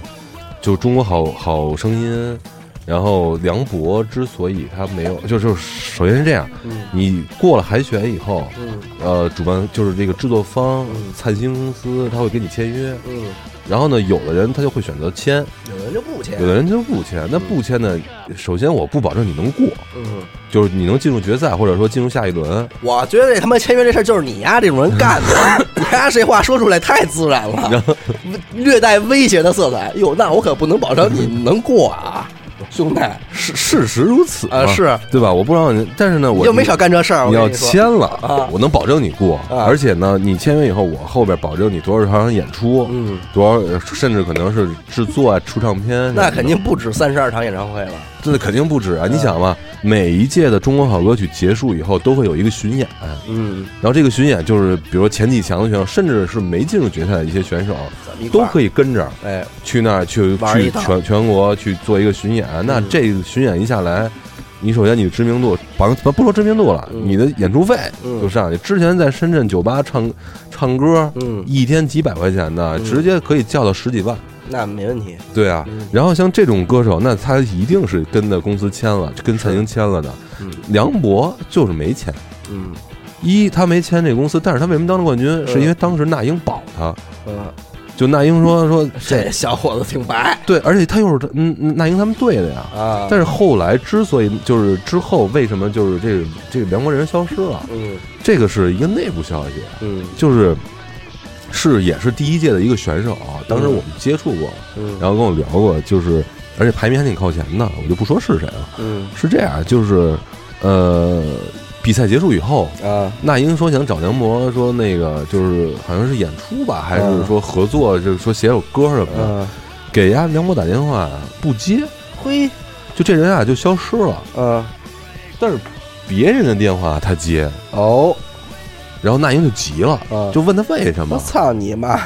S1: 就中国好好声音，然后梁博之所以他没有，就就是首先是这样，
S3: 嗯
S1: 你过了海选以后，
S3: 嗯
S1: 呃，主办就是这个制作方
S3: 嗯
S1: 灿星公司，他会跟你签约，
S3: 嗯，
S1: 然后呢，有的人他就会选择签，
S3: 有人就不签
S1: 有，的人就不签。那不签呢，首先我不保证你能过，
S3: 嗯，
S1: 就是你能进入决赛，或者说进入下一轮。
S3: 我觉得这他妈签约这事儿就是你丫这种人干 的，你丫这话说出来太自然了，略带威胁的色彩。哟，那我可不能保证你能过啊，兄弟，
S1: 事事实如此
S3: 啊
S1: 嘛
S3: 是
S1: 对吧？我不让你，但是呢，
S3: 你
S1: 我
S3: 就没少干这事儿。我
S1: 你
S3: 跟
S1: 要
S3: 说
S1: 签了，
S3: 啊
S1: 我能保证你过，
S3: 啊
S1: 而且呢，你签约以后，我后边保证你多少场演出，
S3: 嗯，
S1: 多少呃甚至可能是制作啊、出唱片什么的，
S3: 那嗯肯定不止三十二场演唱会了。
S1: 这肯定不止啊！你想嘛，每一届的中国好歌曲结束以后，都会有一个巡演，
S3: 嗯，
S1: 然后这个巡演就是，比如说前几强的选手，甚至是没进入决赛的一些选手，
S3: 咱们一块
S1: 都
S3: 儿
S1: 可以跟着
S3: 哎，
S1: 去那儿去
S3: 玩一
S1: 去
S3: 趟
S1: 全全国去做一个巡演。那
S3: 嗯
S1: 这个巡演一下来，你首先你的知名度，甭甭不说知名度了，
S3: 嗯
S1: 你的演出费
S3: 嗯
S1: 就上去。之前在深圳酒吧唱唱歌，
S3: 嗯，
S1: 一天几百块钱的，
S3: 嗯
S1: 直接可以叫到十几万。
S3: 那没问题。
S1: 对啊
S3: 嗯，
S1: 然后像这种歌手，那他一定是跟的公司签了，跟蔡英签了的。
S3: 嗯
S1: 梁博就是没签，
S3: 嗯
S1: 一他没签这公司，但是他为什么当了冠军？是因为当时那英保他，
S3: 嗯，
S1: 就那英说说
S3: 这小伙子挺白
S1: 对，而且他又是嗯嗯那英他们队的呀。
S3: 啊。
S1: 但是后来之所以就是之后为什么就是这个这个梁国人消失了，
S3: 嗯
S1: 这个是一个内部消息，啊
S3: 嗯
S1: 就是是也是第一届的一个选手，啊当时
S3: 嗯
S1: 我们接触过，
S3: 嗯
S1: 然后跟我聊过，就是而且排名还挺靠前的，我就不说是谁了。
S3: 嗯
S1: 是这样，就是呃，比赛结束以后，
S3: 啊
S1: 那英说想找梁博，说那个就是好像是演出吧，还是
S3: 嗯
S1: 说合作，就是说写首歌什么的，
S3: 嗯，
S1: 给人家梁博打电话不接，
S3: 嘿
S1: 就这人啊就消失了。
S3: 嗯
S1: 但是别人的电话他接，
S3: 哦，
S1: 然后那英就急了，
S3: 嗯
S1: 就问他为什
S3: 我
S1: 么？
S3: 操你妈！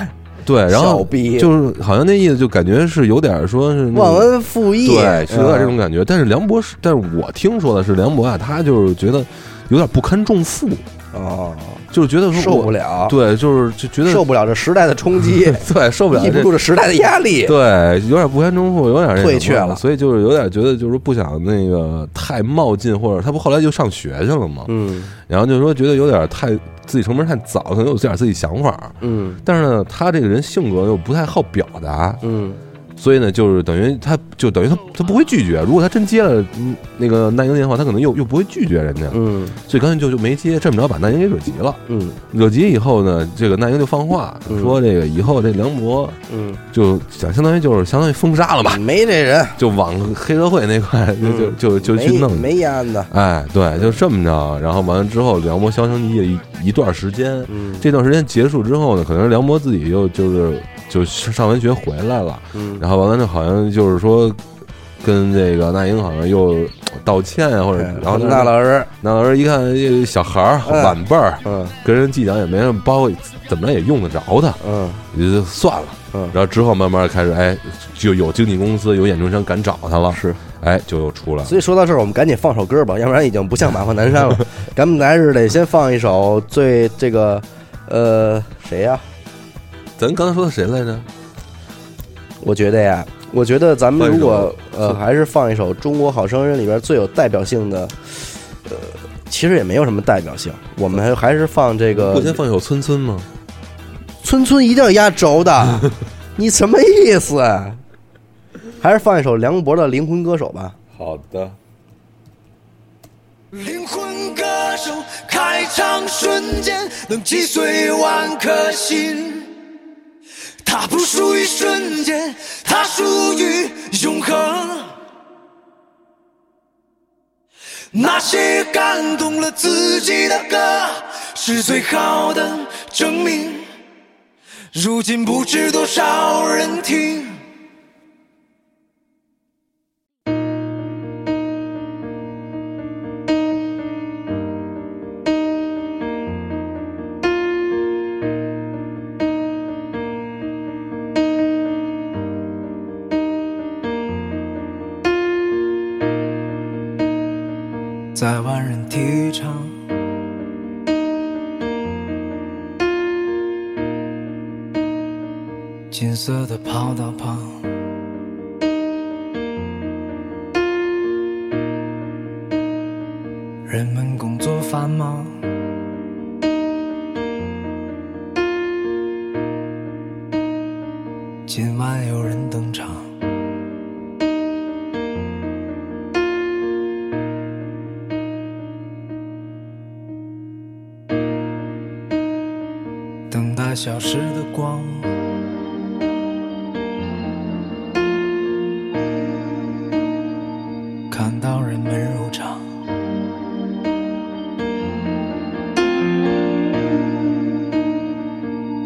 S1: 对，然
S3: 小
S1: 后
S3: 逼
S1: 就是好像那意思就感觉是有点说是那
S3: 忘
S1: 个
S3: 恩负义，
S1: 对，是有点这种
S3: 嗯
S1: 感觉。但是梁博是，但是我听说的是梁博啊，他就是觉得有点不堪重负，
S3: 哦，
S1: 就是觉得说
S3: 受
S1: 我
S3: 不了，
S1: 对，就是就觉得
S3: 受不了这时代的冲击，
S1: 对 受不了
S3: 抑不
S1: 这
S3: 住这时代的压力。
S1: 对，有点不堪重负，有点那什么
S3: 退却了
S1: 所以就是有点觉得就是不想那个太冒进，或者他不后来就上学去了嘛，
S3: 嗯
S1: 然后就说觉得有点太自己成名太早，可能有点自己想法。
S3: 嗯
S1: 但是呢，他这个人性格又不太好表达，
S3: 嗯
S1: 所以呢，就是等于他就等于他他不会拒绝。如果他真接了嗯那个那英的电话，他可能又又不会拒绝人家，
S3: 嗯
S1: 所以干脆就就没接。这么着把那英给惹急了，
S3: 嗯
S1: 惹急以后呢，这个那英就放话
S3: 嗯
S1: 说这个以后这梁博
S3: 嗯，
S1: 就想相当于就是相当于封杀了吧，
S3: 没这人，
S1: 就往黑社会那块就就
S3: 嗯
S1: 就就去
S3: 没
S1: 弄。
S3: 没烟的，
S1: 哎，对，就这么着。然后完了之后，梁博销声匿迹了一一段时间。
S3: 嗯
S1: 这段时间结束之后呢，可能梁博自己又就是就上完学回来了，
S3: 嗯
S1: 然后完了之后好像就是说跟这个那英好像又道歉啊，或者然后
S3: 哎那嗯老师，
S1: 那老师一看这小孩儿
S3: 哎
S1: 晚辈儿
S3: 嗯
S1: 跟人计较也没什么，包括怎么着也用得着他，
S3: 嗯
S1: 也就算了。
S3: 嗯，
S1: 然后之后慢慢开始哎，就有经纪公司有演出商敢找他了，
S3: 是。
S1: 哎，就又出来了。
S3: 所以说到这儿，我们赶紧放首歌吧，要不然已经不像马化南 山了。咱们还是得先放一首最这个，呃，谁呀、
S1: 咱刚才说的谁来着？
S3: 我觉得呀，我觉得咱们如果
S1: 放一首
S3: 呃，还是放一首《中国好声音》里边最有代表性的，呃，其实也没有什么代表性，我们还还是放这个
S1: 不先放一首《村村》吗？
S3: 村村一定要压轴的， 你什么意思？啊还是放一首梁博的《灵魂歌手》吧。
S1: 好的，
S2: 灵魂歌手开场瞬间能击碎万颗心，它不属于瞬间，它属于永恒。那些感动了自己的歌，是最好的证明。如今不知多少人听。在万人体育场，金色的跑道旁，人们工作繁忙，今晚有人登场。等待消失的光。看到人们入场，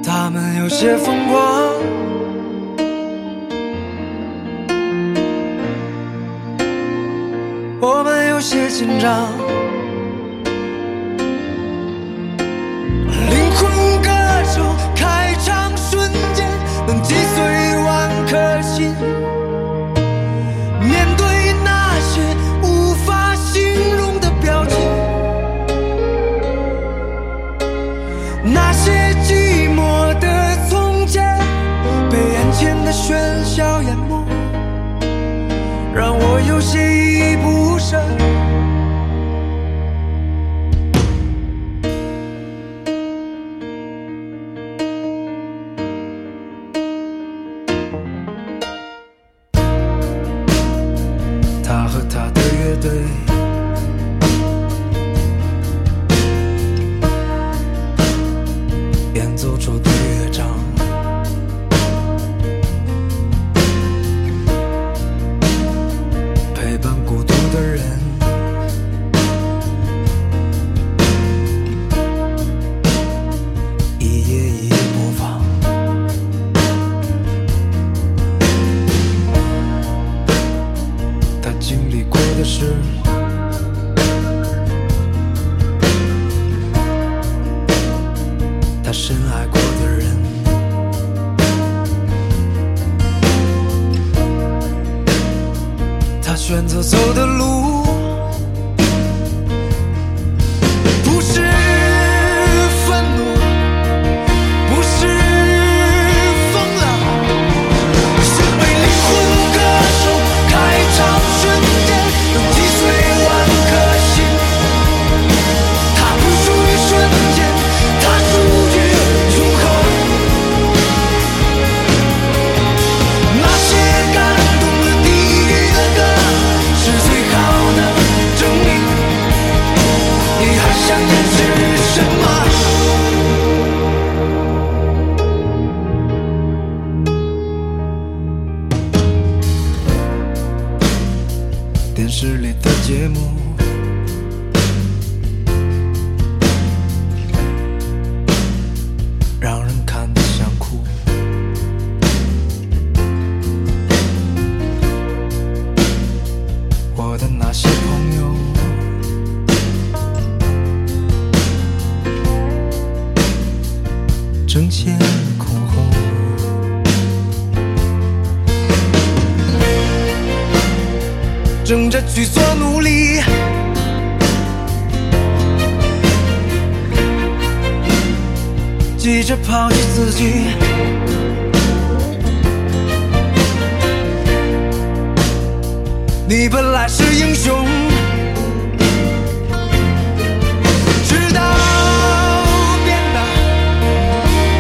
S2: 他们有些疯狂，我们有些紧张。灵魂歌手开场瞬间能击碎万颗心，面对那些无法形容的表情，那些寂寞的从前被眼前的喧嚣淹没，让我有些依依不舍。他和他的乐队，演奏出的乐章，陪伴孤独的人，一页一页播放。他经历过的事，他深爱过的人，他选择走的路，不是愤怒，不是疯了。身为灵魂歌手，开场瞬间能击碎万颗心。它不属于瞬间，它属于永恒。那些争先恐后。挣扎去做努力，急着抛弃自己，你本来是英雄。直到变得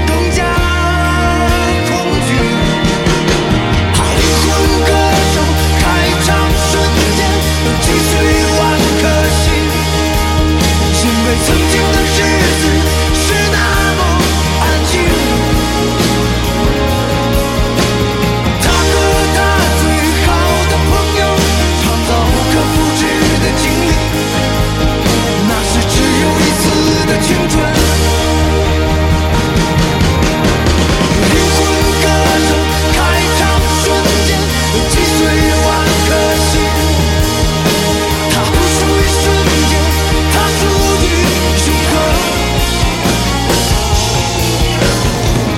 S2: 更加恐惧。灵魂歌手开场瞬间，击碎万颗心，因为曾经的日子是那么安静。他和他最好的朋友，创造可复制的经历。那是只有一次的青春。灵魂歌手开场瞬间击碎万颗心，它不属于瞬间，它属于永恒。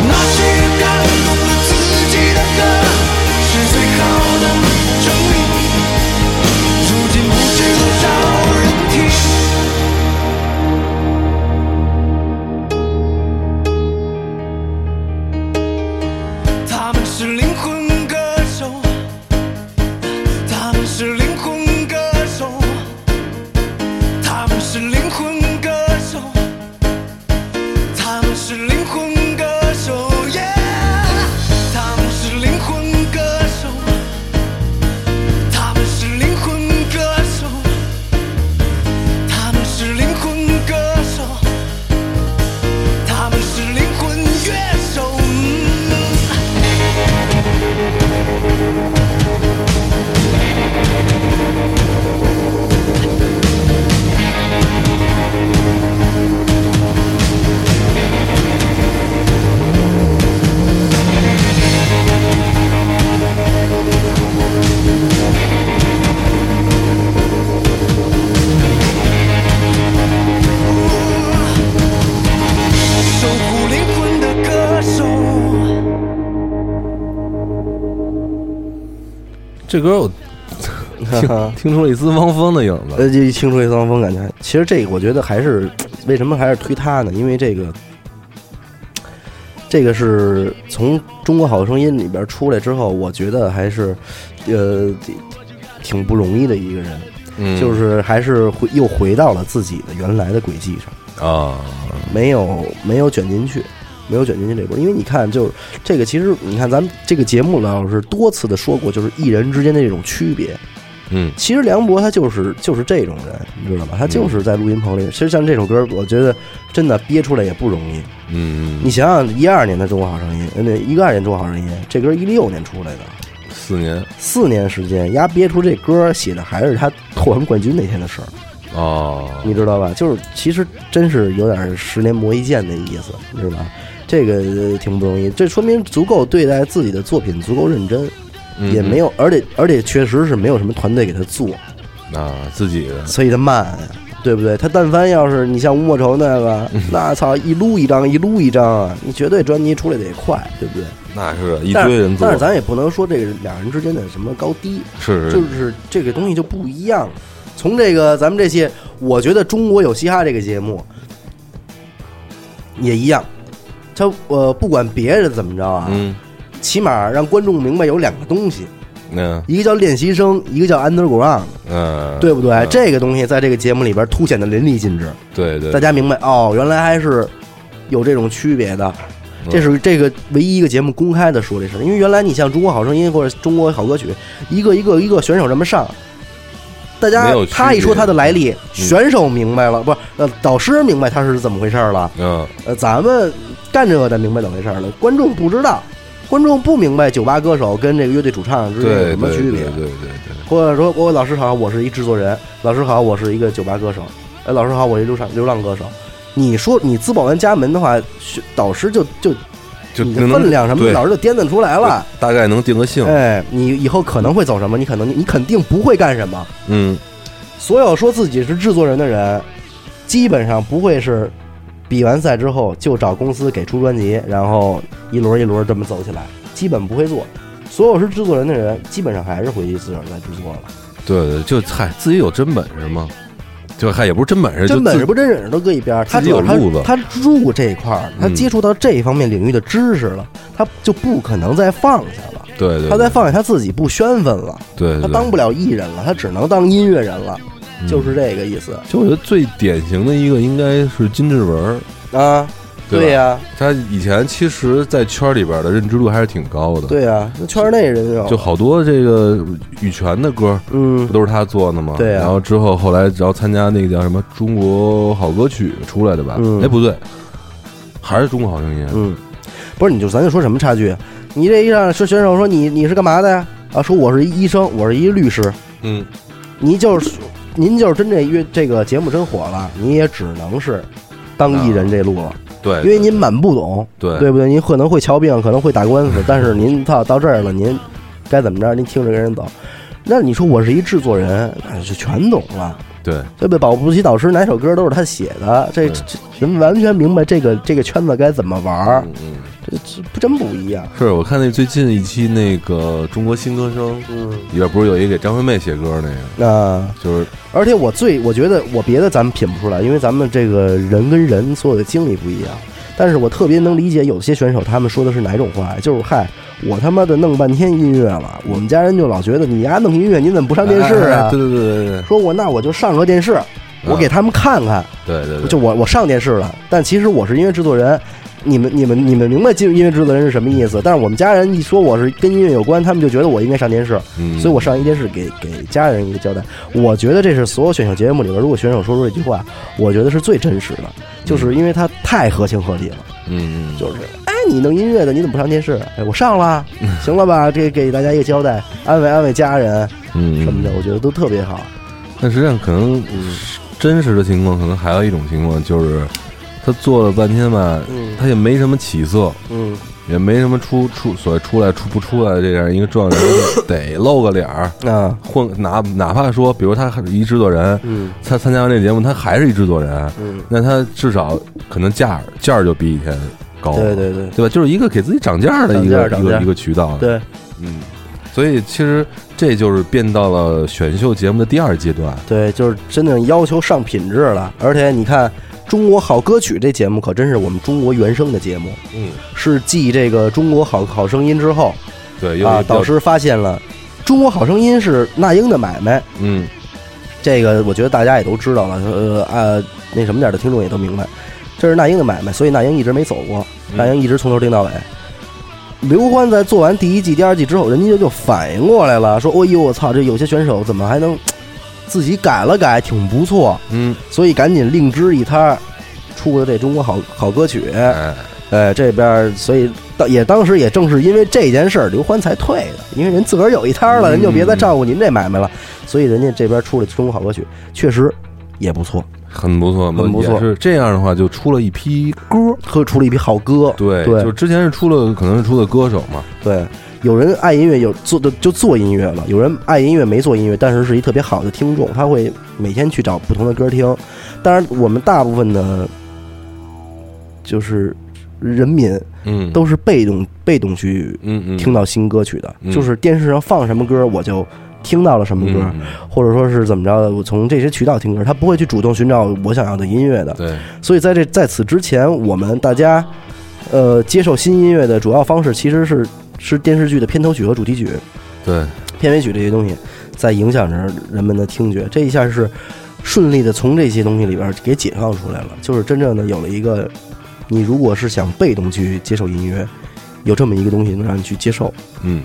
S2: 那些感动了自己的歌，是最好的证明，如今不知多少人听。他们是灵魂歌手，他们是灵魂歌手，他们是灵魂歌手，他们是灵魂歌手，耶！他们是灵魂歌手，他们是灵魂歌手，他们是灵魂歌手，他们是灵魂乐手。嗯守护灵魂的歌手。
S1: 这歌我 听听出了一丝汪峰的影子。
S3: 呃，这青春桑风感觉，其实这个我觉得还是为什么还是推他呢？因为这个，这个是从《中国好声音》里边出来之后，我觉得还是，呃，挺不容易的一个人，
S1: 嗯
S3: 就是还是回又回到了自己的原来的轨迹上，
S1: 啊，
S3: 没有没有卷进去。没有卷进去这波，因为你看，就是这个，其实你看，咱们这个节目老是多次的说过，就是艺人之间的这种区别，
S1: 嗯
S3: 其实梁博他就是就是这种人，你知道吧？他就是在录音棚里。其实像这首歌，我觉得真的憋出来也不容易。
S1: 嗯，
S3: 你想想，一二年的《中国好声音》，呃，那一二年《中国好声音》，这歌一六年出来的，
S1: 四年
S3: 四年时间，丫憋出这歌写的还是他获完冠军那天的事儿，
S1: 哦啊，
S3: 你知道吧？就是其实真是有点十年磨一剑的意思，你知道吧？这个呃挺不容易，这说明足够对待自己的作品足够认真，
S1: 嗯
S3: 也没有，而且而且确实是没有什么团队给他做，
S1: 啊自己的
S3: 所以他慢呀，对不对？他但凡要是你像吴莫愁那 个，那操一撸一张一撸一张啊，你绝对专辑出来得也快，对不对？
S1: 那是一
S3: 但
S1: 堆
S3: 是
S1: 人做
S3: 但，是咱也不能说这个俩人之间的什么高低，
S1: 是
S3: 就是是这个东西就不一样了。从这个咱们这些，我觉得《中国有嘻哈》这个节目也一样，他呃不管别人怎么着啊，
S1: 嗯，
S3: 起码让观众明白有两个东西，
S1: 那
S3: 一个叫练习生，一个叫 underground，
S1: 嗯，
S3: 对不对？
S1: 嗯
S3: 这个东西在这个节目里边凸显的淋漓尽致。
S1: 对对，
S3: 大家明白哦，原来还是有这种区别的。
S1: 嗯
S3: 这是这个唯一一个节目公开的说这事儿，因为原来你像《中国好声音》或者《中国好歌曲》，一个一个一个选手这么上，大
S1: 没
S3: 家
S1: 有区别嗯
S3: 他一说他的来历，选手明白了，不是呃导师明白他是怎么回事儿了，
S1: 嗯
S3: 呃咱们干这个的明白怎么回事儿了，观众不知道，观众不明白酒吧歌手跟这个乐队主唱之间有
S1: 对
S3: 什么
S1: 对
S3: 区
S1: 对
S3: 别。啊
S1: 对对对，
S3: 或者说，我、老师好，我是一制作人；老师好，我是一个酒吧歌手；哎，老师好，我是一流浪流浪歌手。你说你自报完家门的话，学导师就就
S1: 就
S3: 你的
S1: 能
S3: 分量什么的，
S1: 对
S3: 老师就掂算出来了。
S1: 对大概能定个性，
S3: 哎，你以后可能会走什么？你可能你肯定不会干什么。
S1: 嗯
S3: 所有说自己是制作人的人，基本上不会是比完赛之后就找公司给出专辑，然后一轮一轮这么走起来，基本不会做。所有是制作人的人，基本上还是回去自个儿在制作了。
S1: 对对，就嗨，自己有真本事嘛，就嗨，也不是真本事，就
S3: 真本
S1: 自
S3: 事不真本事都搁一边儿，他
S1: 自
S3: 只
S1: 己有
S3: 要他
S1: 路子
S3: 他入这一块儿，他
S1: 嗯
S3: 接触到这一方面领域的知识了，他就不可能再放下了。
S1: 对对，
S3: 他
S1: 对
S3: 再放下他自己不宣愤了，
S1: 对，对
S3: 他当不了艺人了，他只能当音乐人了，就是。
S1: 嗯
S3: 这个意思
S1: 其实我觉得最典型的一个应该是金志文儿，
S3: 啊。
S1: 对吧
S3: 对呀，
S1: 他以前其实，在圈里边的认知度还是挺高的，，
S3: 对呀，那圈内人有
S1: 就好多这个羽泉的歌
S3: 嗯
S1: 不，都是他做的吗？
S3: 对啊
S1: 然后之后后来只要参加那个叫什么《中国好歌曲》出来的吧？
S3: 嗯
S1: 哎，不对，还是《中国好声音》
S3: 嗯，不是，你就咱就说什么差距？你这一让说选手说你你是干嘛的呀？啊，说我是一医生，我是一律师，
S1: 嗯，
S3: 你就是您就是真这乐这个节目真火了，你也只能是当艺人这路了，
S1: 对，
S3: 因为您满不懂，
S1: 对嗯
S3: 对不对？您可能会瞧病，可能会打官司，但是您到到这儿了，您该怎么着？您听着跟人走。那你说我是一制作人，那就全懂了，
S1: 对
S3: 对不对？保不齐导师哪首歌都是他写的，这
S1: 对
S3: 这这人完全明白这个这个圈子该怎么玩儿，
S1: 嗯嗯，
S3: 这这不真不一样。
S1: 是我看那最近一期那个《中国新歌声》
S3: 嗯，
S1: 里边不是有一个给张惠妹写歌那个，
S3: 那
S1: 就是
S3: 而且我最我觉得我别的咱们品不出来，因为咱们这个人跟人所有的经历不一样。但是我特别能理解有些选手他们说的是哪种话，就是嗨，我他妈的弄半天音乐了，我们家人就老觉得你丫弄音乐，你怎么不上电视
S1: 哎哎哎
S3: 啊
S1: 对？对对对
S3: 说我那我就上个电视，我给他们看看，
S1: 对对对，
S3: 就我我上电视了，但其实我是音乐制作人。你们、你们、你们明白进入音乐制作人是什么意思？但是我们家人一说我是跟音乐有关，他们就觉得我应该上电视。
S1: 嗯
S3: 所以我上一电视给给家人一个交代。我觉得这是所有选秀节目里边，如果选手说出这句话，我觉得是最真实的，就是因为他太合情合理了。
S1: 嗯嗯
S3: 就是，哎，你弄音乐的，你怎么不上电视？哎，我上了，行了吧？这给大家一个交代，安慰安慰家人
S1: 嗯
S3: 什么的，我觉嗯得都特别好。
S1: 但实际上，可能真实的情况，可能还有一种情况就是，他做了半天吧，
S3: 嗯
S1: 他也没什么起色，
S3: 嗯，
S1: 也没什么出出所谓出来出不出来的这样一个状态，得露个脸儿，
S3: 啊，
S1: 混哪哪怕说，比如他是一制作人，
S3: 嗯
S1: 他参加完这节目，他还是一制作人，
S3: 嗯，
S1: 那他至少可能价儿价儿就比以前高，
S3: 对对对
S1: 对吧？就是一个给自己涨价儿的一个
S3: 涨价
S1: 一
S3: 涨价
S1: 个一个渠道，
S3: 对
S1: 嗯，所以其实这就是变到了选秀节目的第二阶段，
S3: 对，就是真正要求上品质了。而且你看，《中国好歌曲》这节目可真是我们中国原声的节目，
S1: 嗯，
S3: 是继这个《中国好好声音》之后。
S1: 对，又
S3: 啊，导，师发现了《中国好声音》是那英的买卖，
S1: 嗯。
S3: 这个我觉得大家也都知道了，呃啊，那什么点儿的听众也都明白，这是那英的买卖，所以那英一直没走过，
S1: 嗯
S3: 那英一直从头听到尾。刘欢在做完第一季、第二季之后，人家就就反应过来了，说：“哎呦，我操，这有些选手怎么还能自己改了改，挺不错。
S1: 嗯，”
S3: 所以赶紧另支一摊儿，出了这《中国好好歌曲》。
S1: 哎，
S3: 哎，这边儿所以当也当时也正是因为这件事儿，刘欢才退的，因为人自个儿有一摊儿
S1: 嗯
S3: 了，人就别再照顾您这买卖了，所以人家这边出了《中国好歌曲》，确实也不错，
S1: 很不错，
S3: 很不错
S1: 也是这样的话，就出了一批歌。
S3: 喝出了一批好歌。
S1: 对，
S3: 对
S1: 就之前是出了，可能是出的歌手嘛。
S3: 对，有人爱音乐，有做的就做音乐了；有人爱音乐没做音乐，但是是一特别好的听众，他会每天去找不同的歌听。当然，我们大部分的，就是人民
S1: 嗯，
S3: 都是被动被动去
S1: 嗯嗯
S3: 听到新歌曲的，
S1: 嗯
S3: 就是电视上放什么歌我就听到了什么歌，
S1: 嗯，
S3: 或者说是怎么着的，我从这些渠道听歌，他不会去主动寻找我想要的音乐的。
S1: 对，
S3: 所以在这在此之前，我们大家呃接受新音乐的主要方式其实是是电视剧的片头曲和主题曲、
S1: 对，
S3: 片尾曲这些东西，在影响着人们的听觉。这一下是顺利的从这些东西里边给解放出来了，就是真正的有了一个，你如果是想被动去接受音乐，有这么一个东西能让你去接受。
S1: 嗯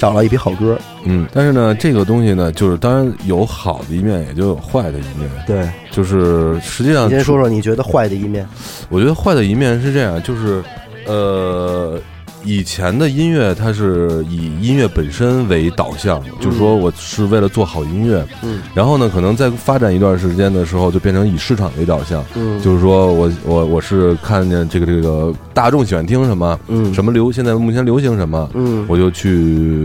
S3: 找到一批好歌，
S1: 嗯。但是呢，这个东西呢，就是当然有好的一面，也就有坏的一面。
S3: 对，
S1: 就是实际
S3: 你
S1: 上，
S3: 先说说你觉得坏的一面。
S1: 我觉得坏的一面是这样，就是呃，以前的音乐它是以音乐本身为导向，就是说我是为了做好音乐。
S3: 嗯
S1: 然后呢，可能在发展一段时间的时候，就变成以市场为导向。
S3: 嗯
S1: 就是说我我我是看见这个这个大众喜欢听什么，
S3: 嗯
S1: 什么流现在目前流行什么，
S3: 嗯
S1: 我就去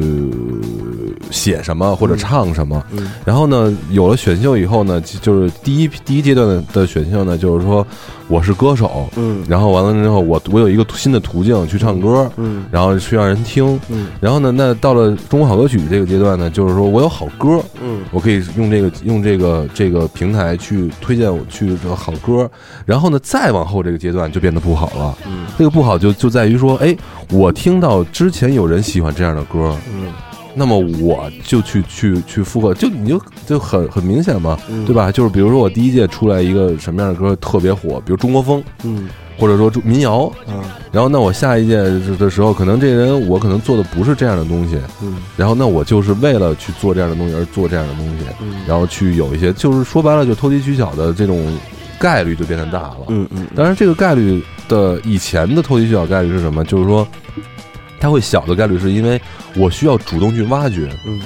S1: 写什么或者唱什么。
S3: 嗯
S1: 然后呢，有了选秀以后呢，就就是第一第一阶段的的选秀呢，就是说我是歌手，
S3: 嗯
S1: 然后完了之后我我有一个新的途径去唱歌，
S3: 嗯
S1: 然后去让人听。
S3: 嗯
S1: 然后呢，那到了中国好歌曲这个阶段呢，就是说我有好歌，
S3: 嗯
S1: 我可以用这个用这个这个平台去推荐我去这个好歌，然后呢，再往后这个阶段就变得不好了。
S3: 嗯，
S1: 这个不好就就在于说，哎，我听到之前有人喜欢这样的歌，
S3: 嗯
S1: 那么我就去去去附和，就你就就很很明显嘛，
S3: 嗯
S1: 对吧？就是比如说我第一届出来一个什么样的歌特别火，比如中国风，
S3: 嗯
S1: 或者说中民谣，
S3: 啊
S1: 然后那我下一届的时候，可能这人我可能做的不是这样的东西，
S3: 嗯
S1: 然后那我就是为了去做这样的东西而做这样的东西，
S3: 嗯
S1: 然后去有一些就是说白了就投机取巧的这种概率就变得大了。
S3: 嗯嗯
S1: 当然，这个概率的以前的投机取巧概率是什么？就是说，它会小的概率是因为我需要主动去挖掘
S3: 嗯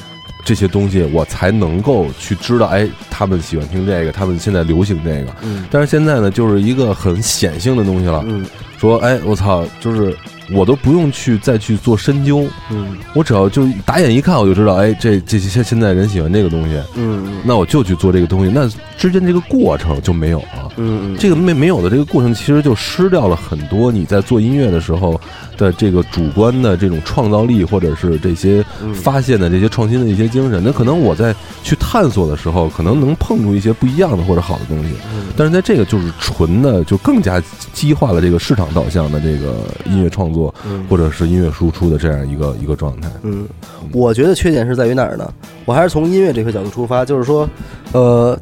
S1: 这些东西，我才能够去知道，哎，他们喜欢听这个，他们现在流行这个。
S3: 嗯
S1: 但是现在呢，就是一个很显性的东西了，
S3: 嗯
S1: 说，哎，我操，就是我都不用去再去做深究，
S3: 嗯
S1: 我只要就打眼一看，我就知道，哎，这这些现在人喜欢这个东西，
S3: 嗯
S1: 那我就去做这个东西，那之间这个过程就没有了。
S3: 嗯
S1: 这个没没有的这个过程，其实就失掉了很多你在做音乐的时候的这个主观的这种创造力，或者是这些
S3: 嗯
S1: 发现的这些创新的一些精神。那可能我在去探索的时候，可能能碰出一些不一样的或者好的东西。但是在这个就是纯的，就更加激化了这个市场导向的这个音乐创作
S3: 嗯
S1: 或者是音乐输出的这样一个一个状态。
S3: 嗯，我觉得缺点是在于哪儿呢？我还是从音乐这个角度出发，就是说，呃，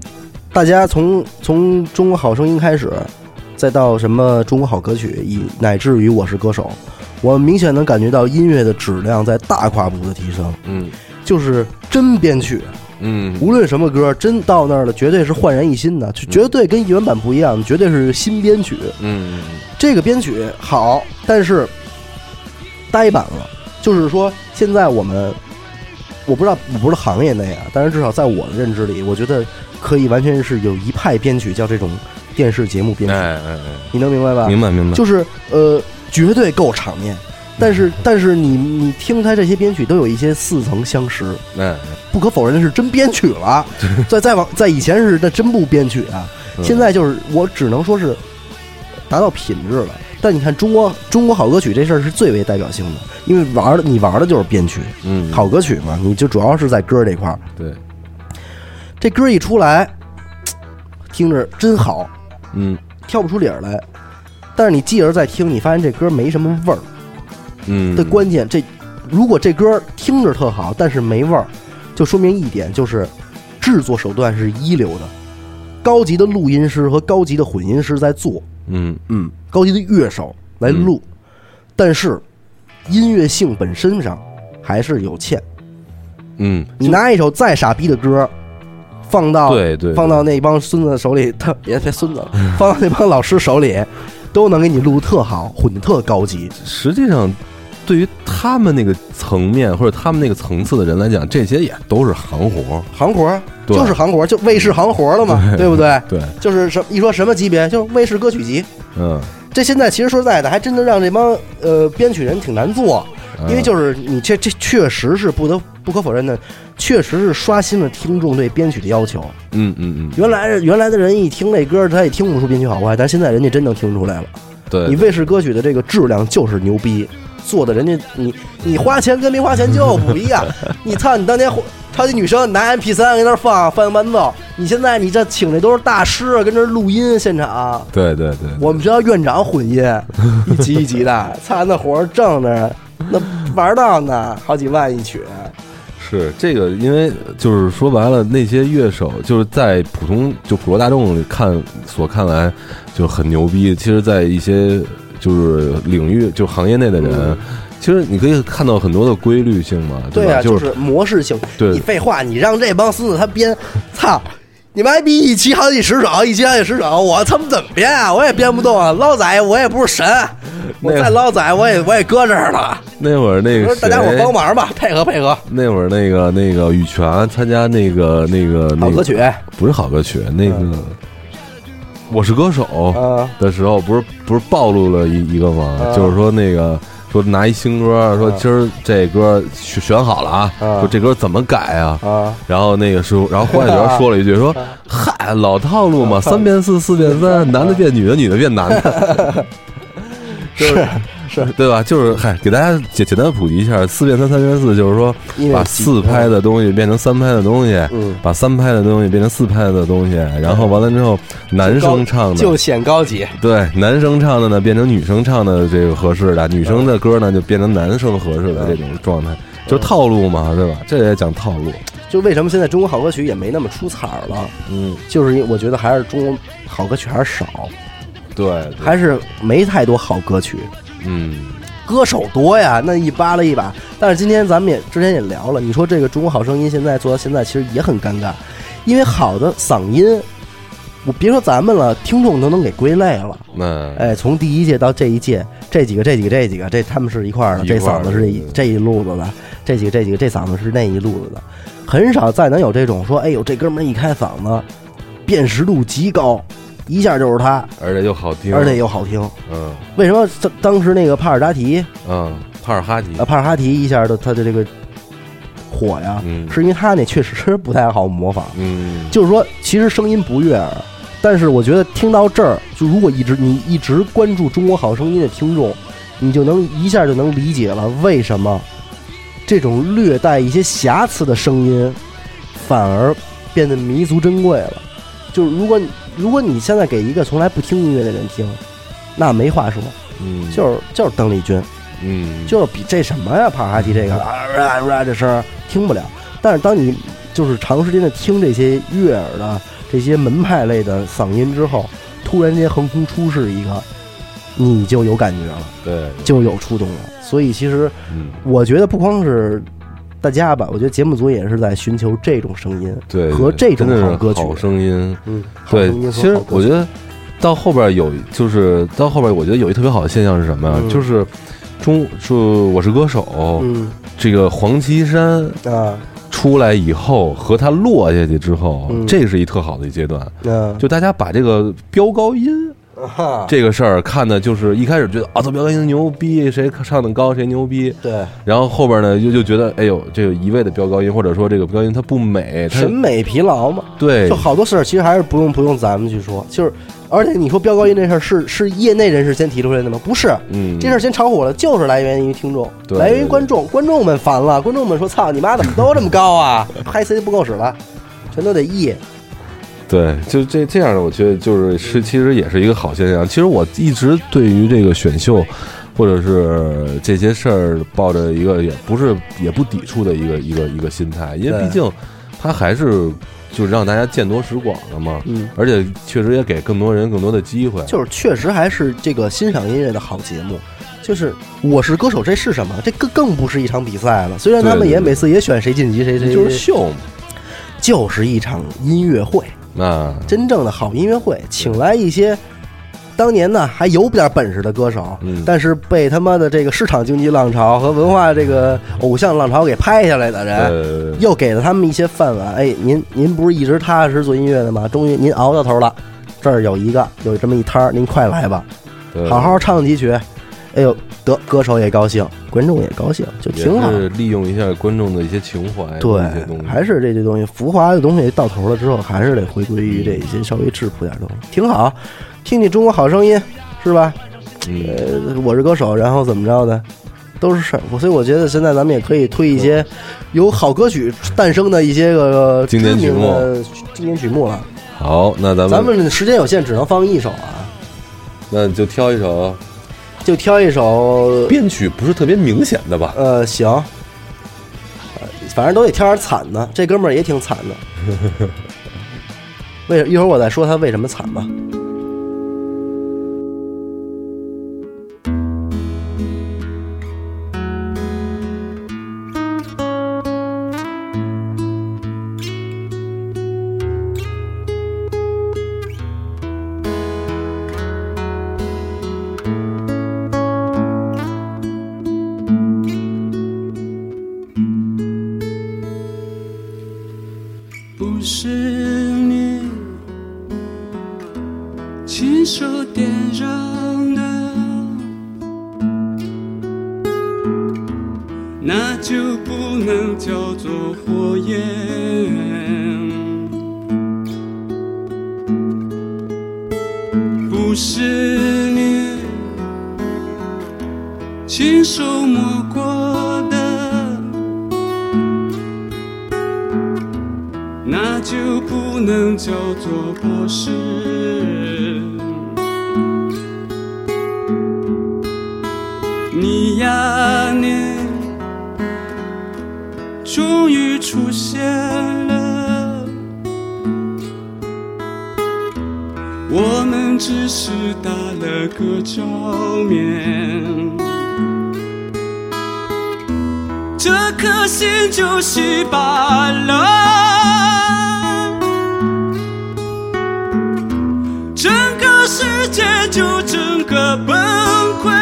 S3: 大家从从《中国好声音》开始，再到什么《中国好歌曲》，以乃至于《我是歌手》，我明显能感觉到音乐的质量在大跨步的提升，
S1: 嗯
S3: 就是真编曲，
S1: 嗯
S3: 无论什么歌，真到那儿了，绝对是焕然一新的，就绝对跟原版不一样，绝对是新编曲。
S1: 嗯
S3: 这个编曲好，但是呆板了。就是说，现在我们我不知道，我不是行业内啊，但是至少在我的认知里，我觉得可以完全是有一派编曲叫这种电视节目编曲，
S1: 哎
S3: 你能明白吧？
S1: 明白嗯明白。
S3: 就是呃，绝对够场面，但是但是你你听他这些编曲都有一些似曾相识，
S1: 哎
S3: 不可否认的是真编曲 了。再再往在以前是那真不编曲啊，
S1: 嗯
S3: 现在就是我只能说是达到品质了。但你看中国中国好歌曲这事儿是最为代表性的，因为玩的你玩的就是编曲，
S1: 嗯
S3: 好歌曲嘛，你就主要是在歌这块儿。
S1: 对
S3: 这歌一出来，嘖听着真好，
S1: 嗯
S3: 跳不出理儿来。但是你继而再听，你发现这歌没什么味儿。
S1: 嗯
S3: 的关键，这如果这歌听着特好，但是没味儿，就说明一点，就是制作手段是一流的，高级的录音师和高级的混音师在做，
S1: 嗯
S3: 嗯，高级的乐手来录，但是音乐性本身上还是有欠。
S1: 嗯
S3: 你拿一首再傻逼的歌，放到
S1: 对对
S3: 放到那帮孙子手里，他别别孙子了，放到那帮老师手里，都能给你录特好，混得特高级。
S1: 实际上，对于他们那个层面或者他们那个层次的人来讲，这些也都是行活儿。
S3: 行活儿
S1: 对
S3: 就是行活儿，就卫视行活儿了嘛，对不对？
S1: 对，
S3: 就是什一说什么级别，就是卫视歌曲级。
S1: 嗯，
S3: 这现在其实说实在的，还真的让这帮呃编曲人挺难做，因为就是你这这确实是不得不可否认的，确实是刷新了听众对编曲的要求。
S1: 嗯嗯嗯，
S3: 原来原来的人一听这歌，他也听不出编曲好坏，但现在人家真能听出来了。
S1: 对，
S3: 你卫视歌曲的这个质量就是牛逼，做的人家你你花钱跟没花钱就不一样。你操，你当年花超级女生拿 MP 三搁那儿放放伴奏，你现在你这请的都是大师啊跟这儿录音现场。
S1: 对对对，
S3: 我们学校院长混 音，一级一级的，操那活儿挣着，那玩到呢，好几万一曲。
S1: 是这个，因为就是说白了，那些乐手就是在普通就普罗大众看所看来就很牛逼，其实，在一些就是领域就行业内的人。
S3: 嗯
S1: 其实你可以看到很多的规律性嘛，
S3: 对
S1: 吧？
S3: 啊，
S1: 就
S3: 就是模式性。
S1: 对
S3: 你废话，你让这帮孙子他编，操！你妈逼一期好几十首，一期好几十首，我他妈怎么编啊？我也编不动啊！捞仔我也不是神，我
S1: 那
S3: 再捞仔我也我也搁这儿了。
S1: 那会儿那
S3: 我
S1: 个
S3: 说大家伙
S1: 谁
S3: 帮忙吧，配合配合。
S1: 那会儿那个那个羽泉参加那个那个那个
S3: 好歌曲，
S1: 不是好歌曲，那个《我是歌手
S3: 嗯》
S1: 的时候，不是不是暴露了一一个吗？
S3: 嗯
S1: 就是说那个说拿一新歌，说
S4: 啊
S1: 今儿这歌选选好了啊，
S4: 啊
S1: 说这歌怎么改啊？
S4: 啊，
S1: 然后那个师傅，然后黄海泉说了一句说：“嗨，老套路嘛，三变四，四变三，男的变女的，女的变男的，
S4: 是是，
S1: 对吧？就是嗨，给大家简简单普及一下，四变三，三变四，就是说
S3: 因为嗯
S1: 把四拍的东西变成三拍的东西，
S4: 嗯
S1: 把三拍的东西变成四拍的东西，然后完了之后，男生唱
S3: 就
S1: 的
S3: 显高级，
S1: 对，男生唱的呢变成女生唱的这个合适的，女生的歌呢就变成男生合适的这
S3: 嗯
S1: 种状态，就是套路嘛，对吧？这也讲套路，
S3: 就为什么现在中国好歌曲也没那么出彩儿了？
S1: 嗯，
S3: 就是因为我觉得还是中国好歌曲还是少，
S1: 对，对
S3: 还是没太多好歌曲。
S1: 嗯。
S3: 歌手多呀，那一扒拉一把。但是今天咱们也之前也聊了，你说这个《中国好声音》现在做到现在，其实也很尴尬，因为好的嗓音，我别说咱们了，听众都能给归类了。
S1: 那
S3: 哎，从第一届到这一届，这几个、这几个、这几个，这他们是一块儿的，
S1: 一
S3: 这
S1: 块
S3: 嗓
S1: 儿
S3: 子
S1: 的
S3: 是这一
S1: 对
S3: 这一路子的，这几个、这几个，这嗓子是那一路子的，很少再能有这种说，哎呦，这哥们儿一开嗓子，辨识度极高，一下就是他，
S1: 而且又好听，
S3: 而且又好听。
S1: 嗯
S3: 为什么当当时那个帕尔扎提
S1: 嗯，帕尔哈迪
S3: 啊，帕尔哈提一下的他的这个火呀，
S1: 嗯
S3: 是因为他那确实不太好模仿。
S1: 嗯
S3: 就是说，其实声音不悦耳，但是我觉得听到这儿，就如果一直你一直关注《中国好声音》的听众，你就能一下就能理解了为什么这种略带一些瑕疵的声音，反而变得弥足珍贵了。就是如果你如果你现在给一个从来不听音乐的人听，那没话说，
S1: 嗯
S3: 就是就是邓丽君。
S1: 嗯
S3: 就是比这什么呀，帕哈提这个啊啊啊啊这声儿听不了。但是当你就是长时间的听这些悦耳的这些门派类的嗓音之后，突然间横空出世一个，你就有感觉了，
S1: 对
S3: 就有触动了。所以其实
S1: 嗯
S3: 我觉得不光是大家吧，我觉得节目组也是在寻求这种声音，
S1: 对
S3: 和这
S1: 真
S3: 种
S1: 的是
S3: 好歌曲
S1: 好声音，
S3: 嗯，好
S1: 对
S3: 声音，和
S1: 其实
S3: 好歌
S1: 我觉得到后边有就是到后边，我觉得有一特别好的现象是什么呀？
S3: 嗯
S1: 就是中就我是歌手，
S3: 嗯
S1: 这个黄绮珊
S3: 啊，
S1: 出来以后和她落下去之后，
S3: 嗯
S1: 这是一特好的一阶段，
S3: 嗯，
S1: 就大家把这个飙高音。
S3: 啊
S1: 这个事儿看的就是一开始觉得啊，做飙高音牛逼，谁唱的高谁牛逼，
S3: 对
S1: 然后后边呢又就觉得哎呦，这个一味的飙高音，或者说这个飙高音它不美，它
S3: 审美疲劳嘛，
S1: 对
S3: 就好多事儿，其实还是不用不用咱们去说，就是，而且你说飙高音这事儿是是业内人士先提出来的吗？不是，
S1: 嗯
S3: 这事儿先炒火了，就是来源于听众，
S1: 对
S3: 来源于观众，观众们烦了，观众们说操你妈怎么都这么高 啊，嗨 C 不够使了，全都得 E，
S1: 对，就这这样的，我觉得就是是其实也是一个好现象。其实我一直对于这个选秀。或者是这些事儿抱着一个也不是也不抵触的一个一个一个心态，因为
S3: 对
S1: 毕竟它还是就是让大家见多识广了嘛，
S3: 嗯，
S1: 而且确实也给更多人更多的机会，
S3: 就是确实还是这个欣赏音乐的好节目。就是我是歌手，这是什么？这更更不是一场比赛了。虽然他们
S1: 对对
S3: 也
S1: 对
S3: 每次也选谁晋级谁谁，
S1: 就是秀嘛。
S3: 就是一场音乐会。
S1: 那
S3: 真正的好音乐会，请来一些当年呢还有点本事的歌手，
S1: 嗯
S3: 但是被他妈的这个市场经济浪潮和文化这个偶像浪潮给拍下来的人，
S1: 呃，
S3: 又给了他们一些饭碗。哎，您您不是一直踏踏实实做音乐的吗？终于您熬到头了，这儿有一个有这么一摊儿，您快来吧，
S1: 对
S3: 好好唱几曲。哎呦，得歌手也高兴，观众也高兴，就
S1: 也
S3: 挺好。
S1: 是利用一下观众的一些情怀，
S3: 对
S1: 一些东，西
S3: 还是这些东西，浮华的东西到头了之后，还是得回归于这些稍微质朴点的东西，挺好。听听中国好声音，是吧？
S1: 嗯，
S3: 呃，我是歌手，然后怎么着的，都是事儿。我所以我觉得现在咱们也可以推一些由好歌曲诞生的一些个
S1: 经典曲目
S3: 知名的经典曲目了。
S1: 好，那咱们
S3: 咱们时间有限，只能放一首啊，
S1: 那就挑一首
S3: 就挑一首。
S1: 编曲不是特别明显的吧？
S3: 呃，行，呃反正都得挑点惨的，这哥们儿也挺惨的。为一会儿我再说他为什么惨吧。
S2: 不是你
S5: 那就不能叫做火焰。不是你亲手摸过的，那就不能叫做博士。你呀，你终于出现了，我们只是打了个照面。这颗心就是罢了，整个世界就整个崩溃。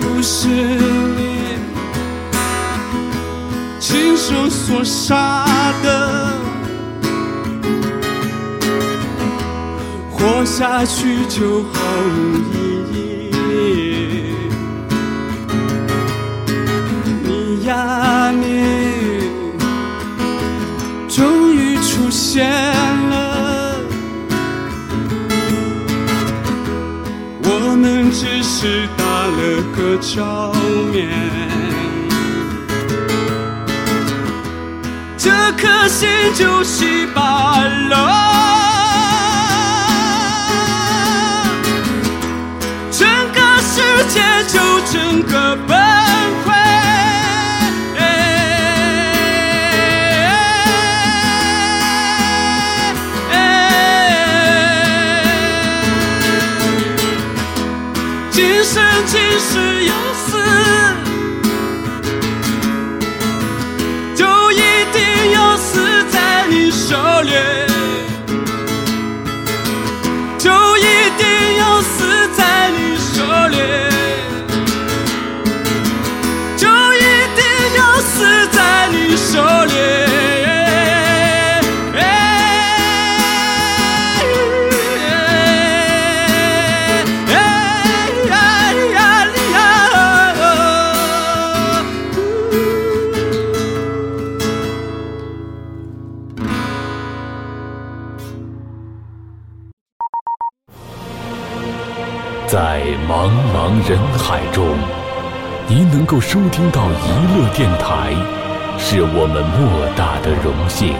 S5: 不是你亲手所杀的，活下去就毫无意义。你呀你，终于出现了，我们只是打了个照面。这颗心就是把了，整个世界就整个崩溃。今生今世有死，就一定要死在你手里，就一定要死在你手里，就一定要死在你手里。
S6: 在茫茫人海中，您能够收听到娱乐电台，是我们莫大的荣幸。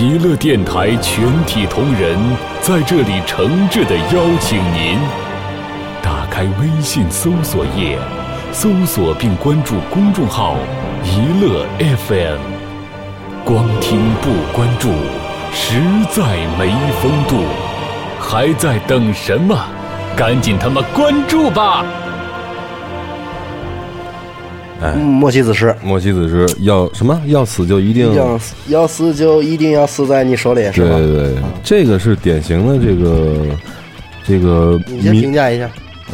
S6: 娱乐电台全体同仁在这里诚挚的邀请您，打开微信搜索页，搜索并关注公众号“娱乐 FM”。光听不关注，实在没风度，还在等什么？赶紧他妈关注吧！
S3: 嗯莫西子诗，
S1: 莫西子是要什么？要死就一定
S3: 要死要死就一定要死在你手里，是
S1: 对
S3: 吧？啊
S1: 对对，这个是典型的这个这个
S3: 你先评
S1: 民
S3: 价一下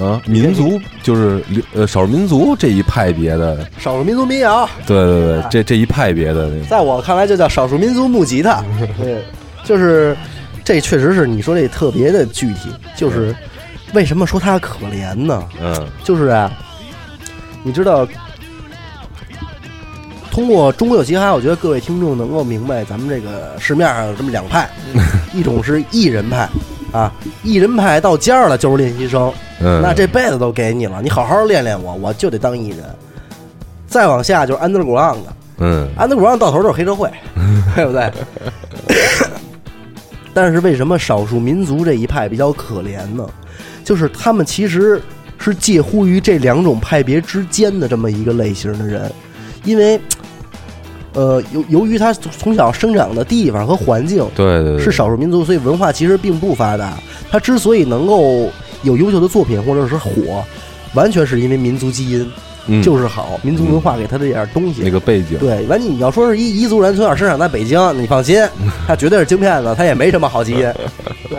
S1: 啊民族，就是呃少数民族这一派别的，
S3: 少数民族民谣，
S1: 对对
S3: 啊
S1: 对，这这一派别的那个，
S3: 在我看来就叫少数民族木吉 他。对，就是这确实是你说这特别的具体，就是为什么说他可怜呢？
S1: 嗯
S3: 就是啊，你知道，通过《中国有嘻哈》，我觉得各位听众能够明白咱们这个市面上有这么两派，一种是艺人派。啊，艺人派到尖儿了就是练习生，
S1: 嗯，
S3: 那这辈子都给你了，你好好练练我，我就得当艺人。再往下就是 underground 的
S1: 嗯
S3: ，underground 到头就是黑 社会，对不对？但是为什么少数民族这一派比较可怜呢？就是他们其实是介乎于这两种派别之间的这么一个类型的人，因为，呃，由由于他从小生长的地方和环境，
S1: 对对对
S3: 是少数民族，所以文化其实并不发达。他之所以能够有优秀的作品或者是火，完全是因为民族基因
S1: 嗯
S3: 就是好，民族文化给他这点东西。
S1: 那个背景，
S3: 对，完你要说是一彝族人从小生长在北京，你放心，他绝对是京片子，他也没什么好基因。对，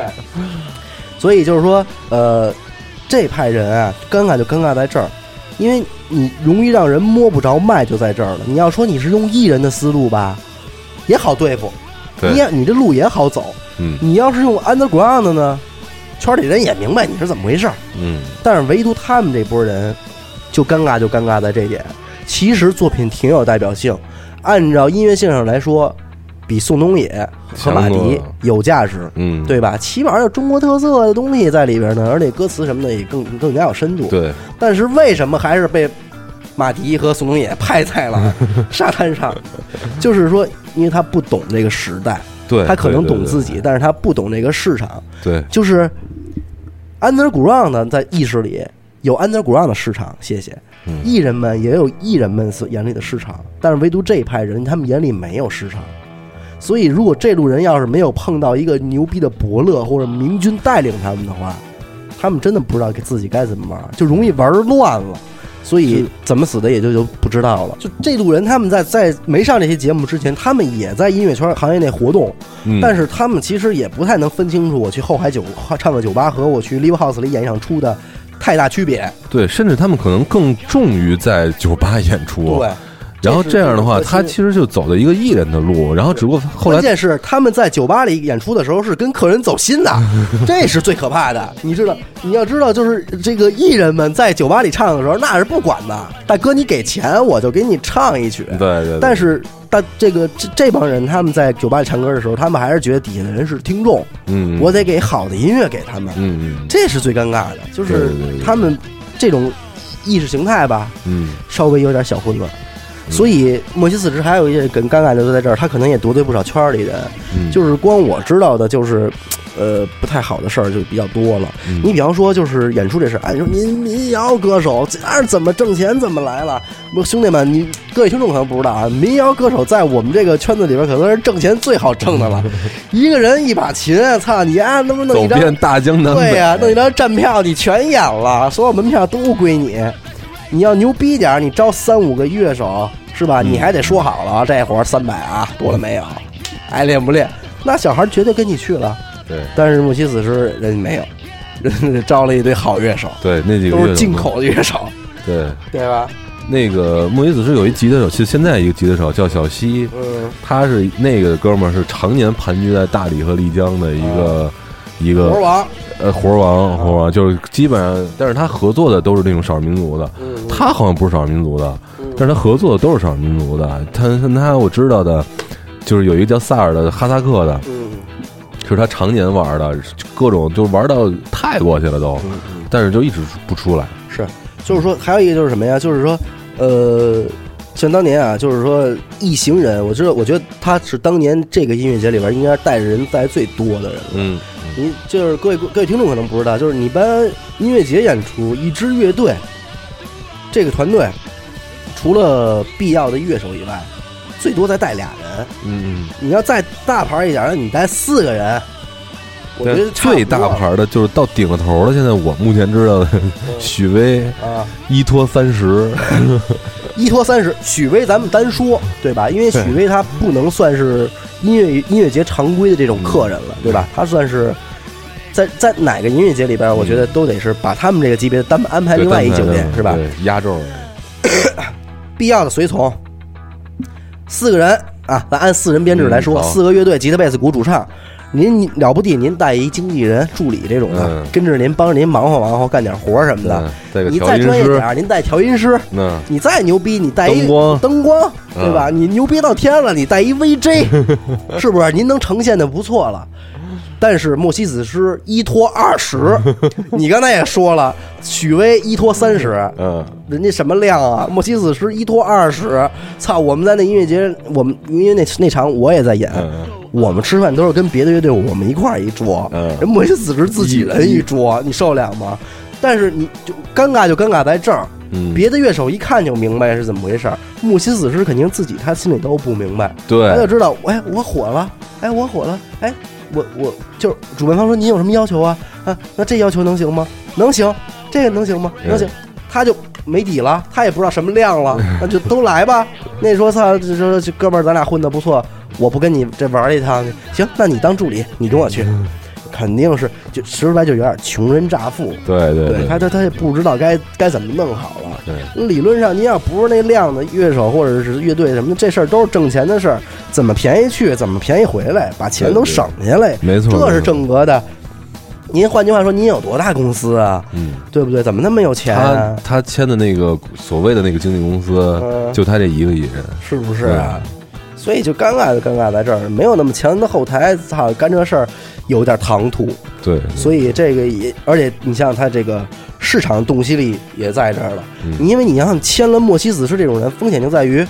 S3: 所以就是说，呃，这派人啊，尴尬就尴尬在这儿，因为你容易让人摸不着脉，就在这儿了。你要说你是用艺人的思路吧，也好对付，你
S1: 对，
S3: 也你这路也好走。
S1: 嗯
S3: 你要是用 underground 的呢，圈里人也明白你是怎么回事儿。
S1: 嗯，
S3: 但是唯独他们这波人，就尴尬就尴尬在这点。其实作品挺有代表性，按照音乐性上来说，比宋冬野和马
S1: 强多
S3: 迪
S1: 了
S3: 有价值，
S1: 嗯，
S3: 对吧？起码有中国特色的东西在里边呢，而且歌词什么的也更更加有深度。
S1: 对，
S3: 但是为什么还是被马迪和宋冬野拍 在了沙滩上？就是说，因为他不懂这个时代，
S1: 对，
S3: 他可能
S1: 对
S3: 懂自，己，但是他不懂这个市场。
S1: 对对，
S3: 就是 underground 呢，在意识里有 underground 的市场，谢谢。艺人们也有艺人们所眼里的市场，但是唯独这一派人，他们眼里没有市场。所以，如果这路人要是没有碰到一个牛逼的伯乐或者明君带领他们的话，他们真的不知道给自己该怎么玩，就容易玩乱了。所以怎么死的也就就不知道了。就这路人他们在在没上这些节目之前，他们也在音乐圈行业内活动，
S1: 嗯
S3: 但是他们其实也不太能分清楚我去后海酒唱个酒吧和我去 live house 里演一场出的太大区别。
S1: 对，甚至他们可能更重于在酒吧演出，啊
S3: 对，，
S1: 然后这样的话，
S3: 这是
S1: 他其实就走了一个艺人的路，然后只不过后来
S3: 关键是他们在酒吧里演出的时候是跟客人走心的， 这是最可怕的。你知道，你要知道，就是这个艺人们在酒吧里唱的时候，那是不管的。大哥，你给钱，我就给你唱一曲。
S1: 对对对，
S3: 但是，但这个这这帮人他们在酒吧里唱歌的时候，他们还是觉得底下的人是听众，
S1: 嗯，
S3: 我得给好的音乐给他们。
S1: 嗯嗯
S3: 这是最尴尬的，就
S1: 对
S3: 是
S1: 对对对
S3: 他们这种意识形态吧，
S1: 嗯
S3: 稍微有点小混乱。所以莫西四十还有一些更尴尬的就在这儿，他可能也得罪不少圈儿里人。
S1: 嗯，
S3: 就是光我知道的，就是呃不太好的事儿就比较多了。
S1: 嗯
S3: 你比方说，就是演出这事儿，哎，你说民民谣歌手这样怎么挣钱，怎么来了？不兄弟们，你各位听众可能不知道啊，民谣歌手在我们这个圈子里边可能是挣钱最好挣的 了。一个人一把琴，操你啊，能不能
S1: 走
S3: 一张
S1: 遍大江南北，
S3: 对呀、弄一张站票你全演了，所有门票都归你。你要牛逼点儿，你招三五个乐手是吧？你还得说好了啊，这活三百啊，多了没有？爱练不练？那小孩绝对跟你去了。
S1: 对
S3: 但是木西死尸人家没有， 人家招了一堆好乐手，
S1: 对，那几个
S3: 都
S1: 乐手
S3: 是进
S1: 嘛
S3: 口的乐手，
S1: 对。
S3: 对吧？
S1: 那个莫伊子是有一吉他手，其实现在一个吉他手叫小西，
S3: 嗯，
S1: 他是那个哥们儿是常年盘踞在大理和丽江的一个、一
S3: 啊活
S1: 个
S3: 王，
S1: 呃活儿王活儿王，就是基本上，但是他合作的都是那种少数民族的，
S3: 嗯
S1: 他好像不是少数民族的，但是他合作的都是少数民族的。他他我知道的，就是有一个叫萨尔的哈萨克的，
S3: 嗯，
S1: 就是他常年玩的，各种就玩到泰国去了都，
S3: 嗯
S1: 但是就一直不出来。
S3: 是，就是说还有一个就是什么呀？就是说，呃，像当年啊，就是说一行人，我知道，我觉得他是当年这个音乐节里边应该带着人带最多的人了。
S1: 嗯，
S3: 你就是各位各位听众可能不知道，就是你班音乐节演出，一支乐队，这个团队除了必要的乐手以外，最多再带俩人。
S1: 嗯，
S3: 你要再大牌一点的，你带四个人，我觉得差不多
S1: 最大牌的就是到顶了头了。现在我目前知道
S3: 嗯
S1: 的，许巍
S3: 啊。
S1: 依托三十，
S3: 依托三十，许巍咱们单说，对吧？因为许巍他不能算是音乐音乐节常规的这种客人
S1: 嗯
S3: 了，对吧？他算是在在哪个音乐节里边，我觉得都得是把他们这个级别单安排另外一酒店，是吧？
S1: 嗯对，压轴。
S3: 必要的随从，四个人啊，咱按四人编制来说，
S1: 嗯好
S3: 四个乐队，吉他、贝斯、鼓、主唱。您您了不地，您带一经纪人、助理这种的，
S1: 嗯
S3: 跟着您帮着您忙活忙活，干点活什么的。
S1: 再个
S3: 你
S1: 调
S3: 再
S1: 音
S3: 专业点
S1: 师，
S3: 儿，您带调音师，
S1: 那
S3: 你再牛逼，你带一
S1: 灯光嗯
S3: 灯光对吧？你牛逼到天了，你带 一 VJ，是不是？您能呈现的不错了。但是莫西子诗一拖 二十，你刚才也说了，许巍一拖三十，
S1: 嗯，
S3: 人家什么量啊？莫西子诗一拖二十，操！我们在那音乐节，我们因为那那场我也在演，
S1: 嗯
S3: 我们吃饭都是跟别的乐队我们一块儿一桌，
S1: 嗯
S3: 人莫西子诗自己人一桌，你受得了吗？但是你就尴尬就尴尬在这儿，
S1: 嗯
S3: 别的乐手一看就明白是怎么回事儿，木心死尸肯定自己他心里都不明白，他就
S1: 对，
S3: 知道，哎，我火了，哎，我火了，哎，我我就是主办方说您有什么要求啊？啊，那这要求能行吗？能行，这个能行吗？能行，他就没底了，他也不知道什么 量了，那就都来吧。那说操，这这这
S1: 嗯
S3: 哥们儿，咱俩混的不错，我不跟你这玩一趟去，行，那你当助理，你跟我去。肯定是就说出来就有点穷人乍富，
S1: 对对
S3: 对他他他也不知道该该怎么弄好了。
S1: 对，
S3: 理论上，您要不是那量的乐手或者是乐队什么的，这事儿都是挣钱的事儿，怎么便宜去，怎么便宜回来，把钱都省下来，
S1: 没错
S3: 这是正格的。您换句话说，您有多大公司啊？
S1: 嗯，
S3: 对不对？怎么那么有钱
S1: 他
S3: 啊？
S1: 他签的那个所谓的那个经纪公司，
S3: 嗯
S1: 就他这一个艺人，
S3: 是不是啊？所以就尴尬就尴尬在这儿，没有那么强的后台，操，干这事儿有点唐突。
S1: 对，
S3: 所以这个也，而且你像他这个市场洞悉力也在这儿了。
S1: 嗯
S3: 你因为你像签了莫西子诗这种人，风险就在于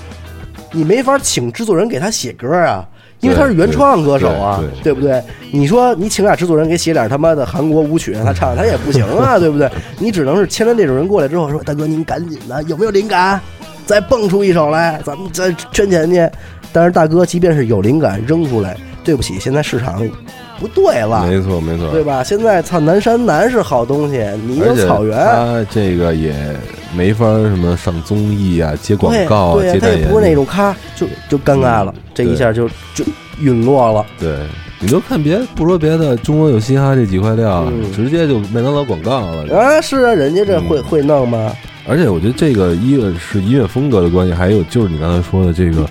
S3: 你没法请制作人给他写歌啊，因为他是原创歌手啊，
S1: 对对对
S3: 不对？你说你请俩制作人给写点他妈的韩国舞曲让他唱，他也不行 啊，对不对？你只能是签了这种人过来之后说，大哥您赶紧的，有没有灵感？再蹦出一首来，咱们再圈钱去。但是大哥，即便是有灵感扔出来，对不起，现在市场不对了，
S1: 没错没错，
S3: 对吧？现在操南山南是好东西，你有
S1: 而且
S3: 草原，
S1: 他这个也没法儿什么上综艺啊、接广
S3: 对
S1: 告啊、
S3: 对呀
S1: 接
S3: 他
S1: 代
S3: 也
S1: 言，
S3: 不是那种咔就就尴尬了
S1: 嗯，
S3: 这一下就就陨落了。
S1: 对。你就看别不说别的，中国有嘻哈这几块料，
S3: 嗯
S1: 直接就麦当劳广告了。
S3: 啊，是啊，人家这
S1: 嗯
S3: 会、会弄吗？
S1: 而且我觉得这个一个是音乐风格的关系，还有就是你刚才说的这个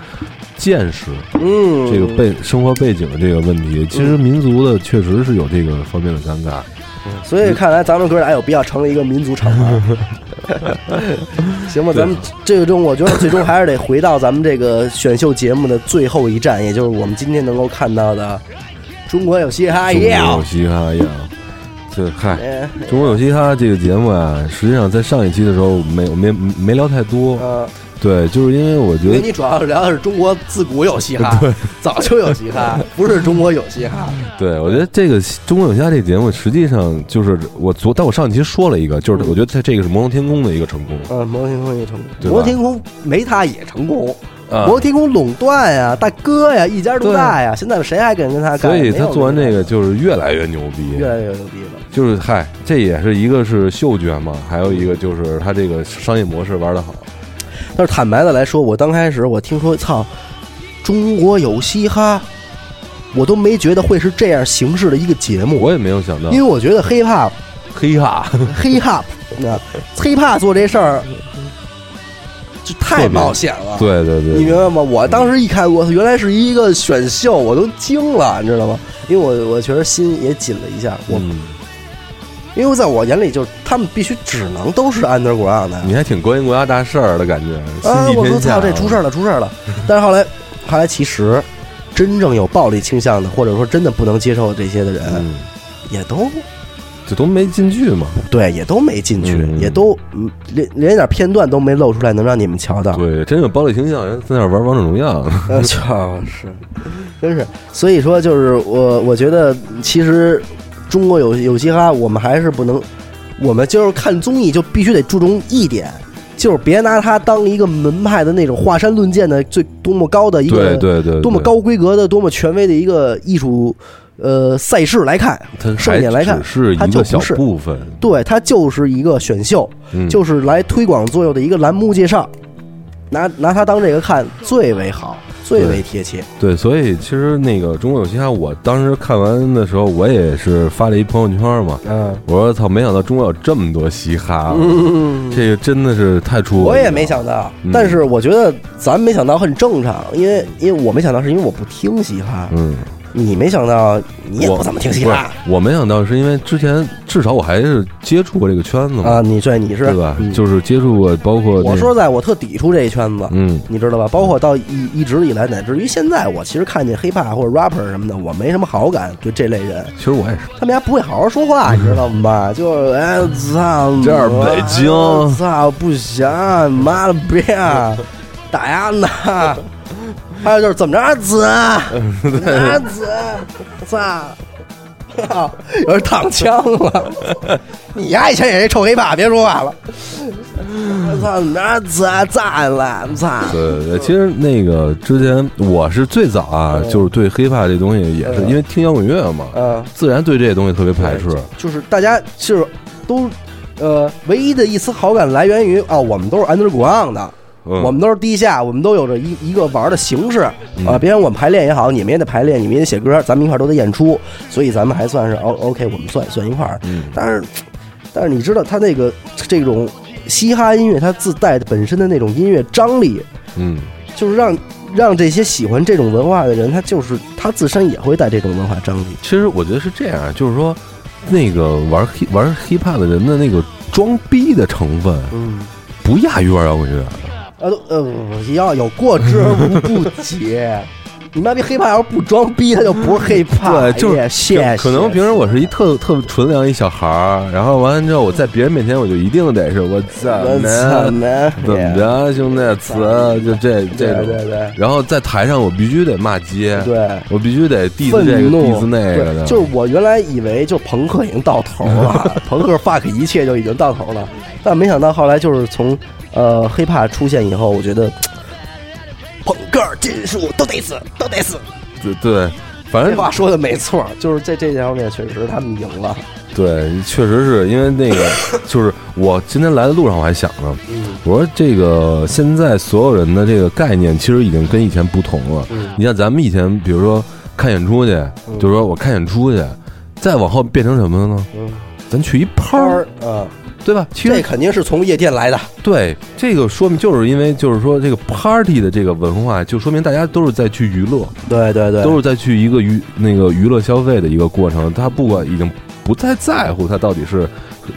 S1: 见识，
S3: 嗯，
S1: 这个背生活背景的这个问题，其实民族的确实是有这个方面的尴尬。
S3: 所
S1: 嗯
S3: 以看来咱们哥俩有必要成立一个民族厂 牌，行吧？咱们最终我觉得最终还是得回到咱们这个选秀节目的最后一站，也就是我们今天能够看到的中国有嘻哈
S1: 中国
S3: Yeah
S1: 有嘻哈哎呀，这嗨，
S3: 嗯。
S1: 中国有嘻哈这个节目啊，实际上在上一期的时候没没没聊太多，
S3: 呃，
S1: 对，就是因为我
S3: 因
S1: 觉
S3: 为
S1: 得
S3: 你主要是聊的是中国自古有嘻哈，早就有嘻哈，不是中国有嘻哈。
S1: 对，我觉得这个《中国有嘻哈》这节目，实际上就是我昨，但我上一期说了一个，就是我觉得它这个是《魔龙天宫》的一个成功。
S3: 嗯，摩天空也成
S1: 对吧
S3: 功，摩天空没他也成功。
S1: 啊
S3: 摩天空垄断呀，大哥呀，一家独
S1: 对
S3: 大呀，现在谁还敢跟他干？
S1: 所以他
S3: 没有
S1: 做完
S3: 人
S1: 这个就是越来越牛逼，
S3: 越来越牛逼了。
S1: 就是嗨，这也是一个是嗅觉嘛，还有一个就是他这个商业模式玩的好，
S3: 但是坦白的来说，我刚开始我听说操，中国有嘻哈，我都没觉得会是这样形式的一个节目，
S1: 我也没有想到
S3: 因为我觉得 hip hop
S1: 黑哈，
S3: hip hop 那 hip hop 做这事儿就太冒险了。
S1: 对对对，
S3: 你明白吗？我当时一看，我原来是一个选秀，我都惊了，你知道吗？因为我我确实心也紧了一下，我、
S1: 嗯，
S3: 因为在我眼里就是他们必须只能都是 underground 的。
S1: 你还挺关心国家大事儿的感觉，
S3: 啊，
S1: 心系
S3: 我说
S1: 天下
S3: 操，这出事儿了，出事儿了！ 但是后来，后来其实真正有暴力倾向的，或者说真的不能接受这些的人，
S1: 嗯，
S3: 也都
S1: 这都没进去嘛，
S3: 对，也都没进去，
S1: 嗯
S3: 也都嗯连连点片段都没露出来，能让你们瞧到。
S1: 对，真有暴力倾向，人在那儿玩王者荣耀，
S3: 我操，是，真是。所以说，就是我，我觉得其实中国有有嘻哈，我们还是不能，我们就是看综艺就必须得注重一点，就是别拿它当一个门派的那种华山论剑的最多么 高的一
S1: 对
S3: 个
S1: 对对，
S3: 多么
S1: 对
S3: 高规格的、多么权威的一个艺术呃赛事来看，
S1: 它
S3: 盛
S1: 还
S3: 典来看
S1: 只是
S3: 它
S1: 一
S3: 就
S1: 个
S3: 不
S1: 小
S3: 是
S1: 部分，
S3: 对，它就是一个选秀，
S1: 嗯
S3: 就是来推广作用的一个栏目介绍，拿拿它当这个看最为好，最为贴切。
S1: 对，所以其实那个《中国有嘻哈》，我当时看完的时候，我也是发了一朋友圈嘛，
S3: 嗯，
S1: 我说操，没想到中国有这么多嘻哈，啊这个真的是太出
S3: 嗯我
S1: 意
S3: 也
S1: 料
S3: 没想到
S1: 嗯，
S3: 但是我觉得咱没想到很正常，因为因为我没想到是因为我不听嘻哈，
S1: 嗯，
S3: 你没想到你也
S1: 我
S3: 不怎么听嘻哈
S1: 不是我没想到是因为之前至少我还是接触过这个圈子嘛，
S3: 啊？你对你是
S1: 嗯对吧？
S3: 嗯
S1: 就是接触过，包括那
S3: 我说，在我特抵触这一圈子，
S1: 嗯，
S3: 你知道吧？包括到一一直以来，乃至于现在，我其实看见 hiphop 或者 rapper 什么的，我没什么好感，对这类人，
S1: 其实我也是，
S3: 他们家不会好好说话，你知道吗？就是哎操，
S1: 嗯这儿北京
S3: 我操不行，妈了逼， 打呀呢！还有就是怎么着子，怎么着子，操！ 有人躺枪了，你丫以前也是臭黑怕，别说话了。我操，怎么着子咋了？操！
S1: 对对，其实那个之前我是最早啊，就是对 hiphop 这东西也是因为听摇滚乐嘛，
S3: 哦嗯，
S1: 自然对这些东西特别排斥，
S3: 就是大家哦就是都，呃，唯一的一丝好感来源于啊，我们都是 underground 的，
S1: 嗯
S3: 我们都是地下，我们都有着一一个玩的形式啊、
S1: 嗯
S3: 别人我们排练也好，你们也得排练，你们也得写歌，咱们一块儿都得演出，所以咱们还算是 O OK，我们算算一块儿。
S1: 嗯
S3: 但是，但是你知道他那个这种嘻哈音乐，它自带本身的那种音乐张力，
S1: 嗯，
S3: 就是让让这些喜欢这种文化的人，他就是他自身也会带这种文化张力。
S1: 其实我觉得是这样，啊就是说，那个玩 hip 玩 hiphop 的人的那个装逼的成分
S3: 嗯，
S1: 不亚于玩摇滚乐。
S3: 呃呃，不要有过之而无不及。 你妈逼黑怕要是不装逼，他就不是黑怕。
S1: 对，就
S3: 哎
S1: 是
S3: 呀谢谢。
S1: 可能平时我是一特特纯良一小孩儿，然后完了之后，我在别人面前我就一定得是我操
S3: 我
S1: 呢，
S3: 操呢，
S1: 怎么着，兄弟，词啊就这这
S3: 对？对
S1: 种。
S3: 对对
S1: 然后在台上我必须得骂街，
S3: 对。
S1: 我必须得 diss
S3: 愤
S1: 这个
S3: 怒
S1: diss 那个的，
S3: 对，就是我原来以为就朋克已经到头 了，朋克 fuck 一切就已经到头了，但没想到后来就是从呃黑怕出现以后，我觉得朋克金属都得死，都得死。
S1: 对对，反
S3: 这
S1: 正
S3: 话说的没错，就是在这方面确实他们赢了。
S1: 对，确实是因为那 个，就是我今天来的路上我还想呢，
S3: 嗯
S1: 我说这个现在所有人的这个概念其实已经跟以前不同了。
S3: 嗯
S1: 你像咱们以前，比如说看演出去，就说我看演出去，再往后变成什么了呢？咱去一趴儿，
S3: 嗯，
S1: 对吧？其
S3: 这
S1: 实
S3: 肯定是从夜店来的。
S1: 对这个说明，就是因为就是说这个 party 的这个文化，就说明大家都是在去娱乐，
S3: 对对对
S1: 都是在去一个娱那个娱乐消费的一个过程，他不管已经不太在乎他到底是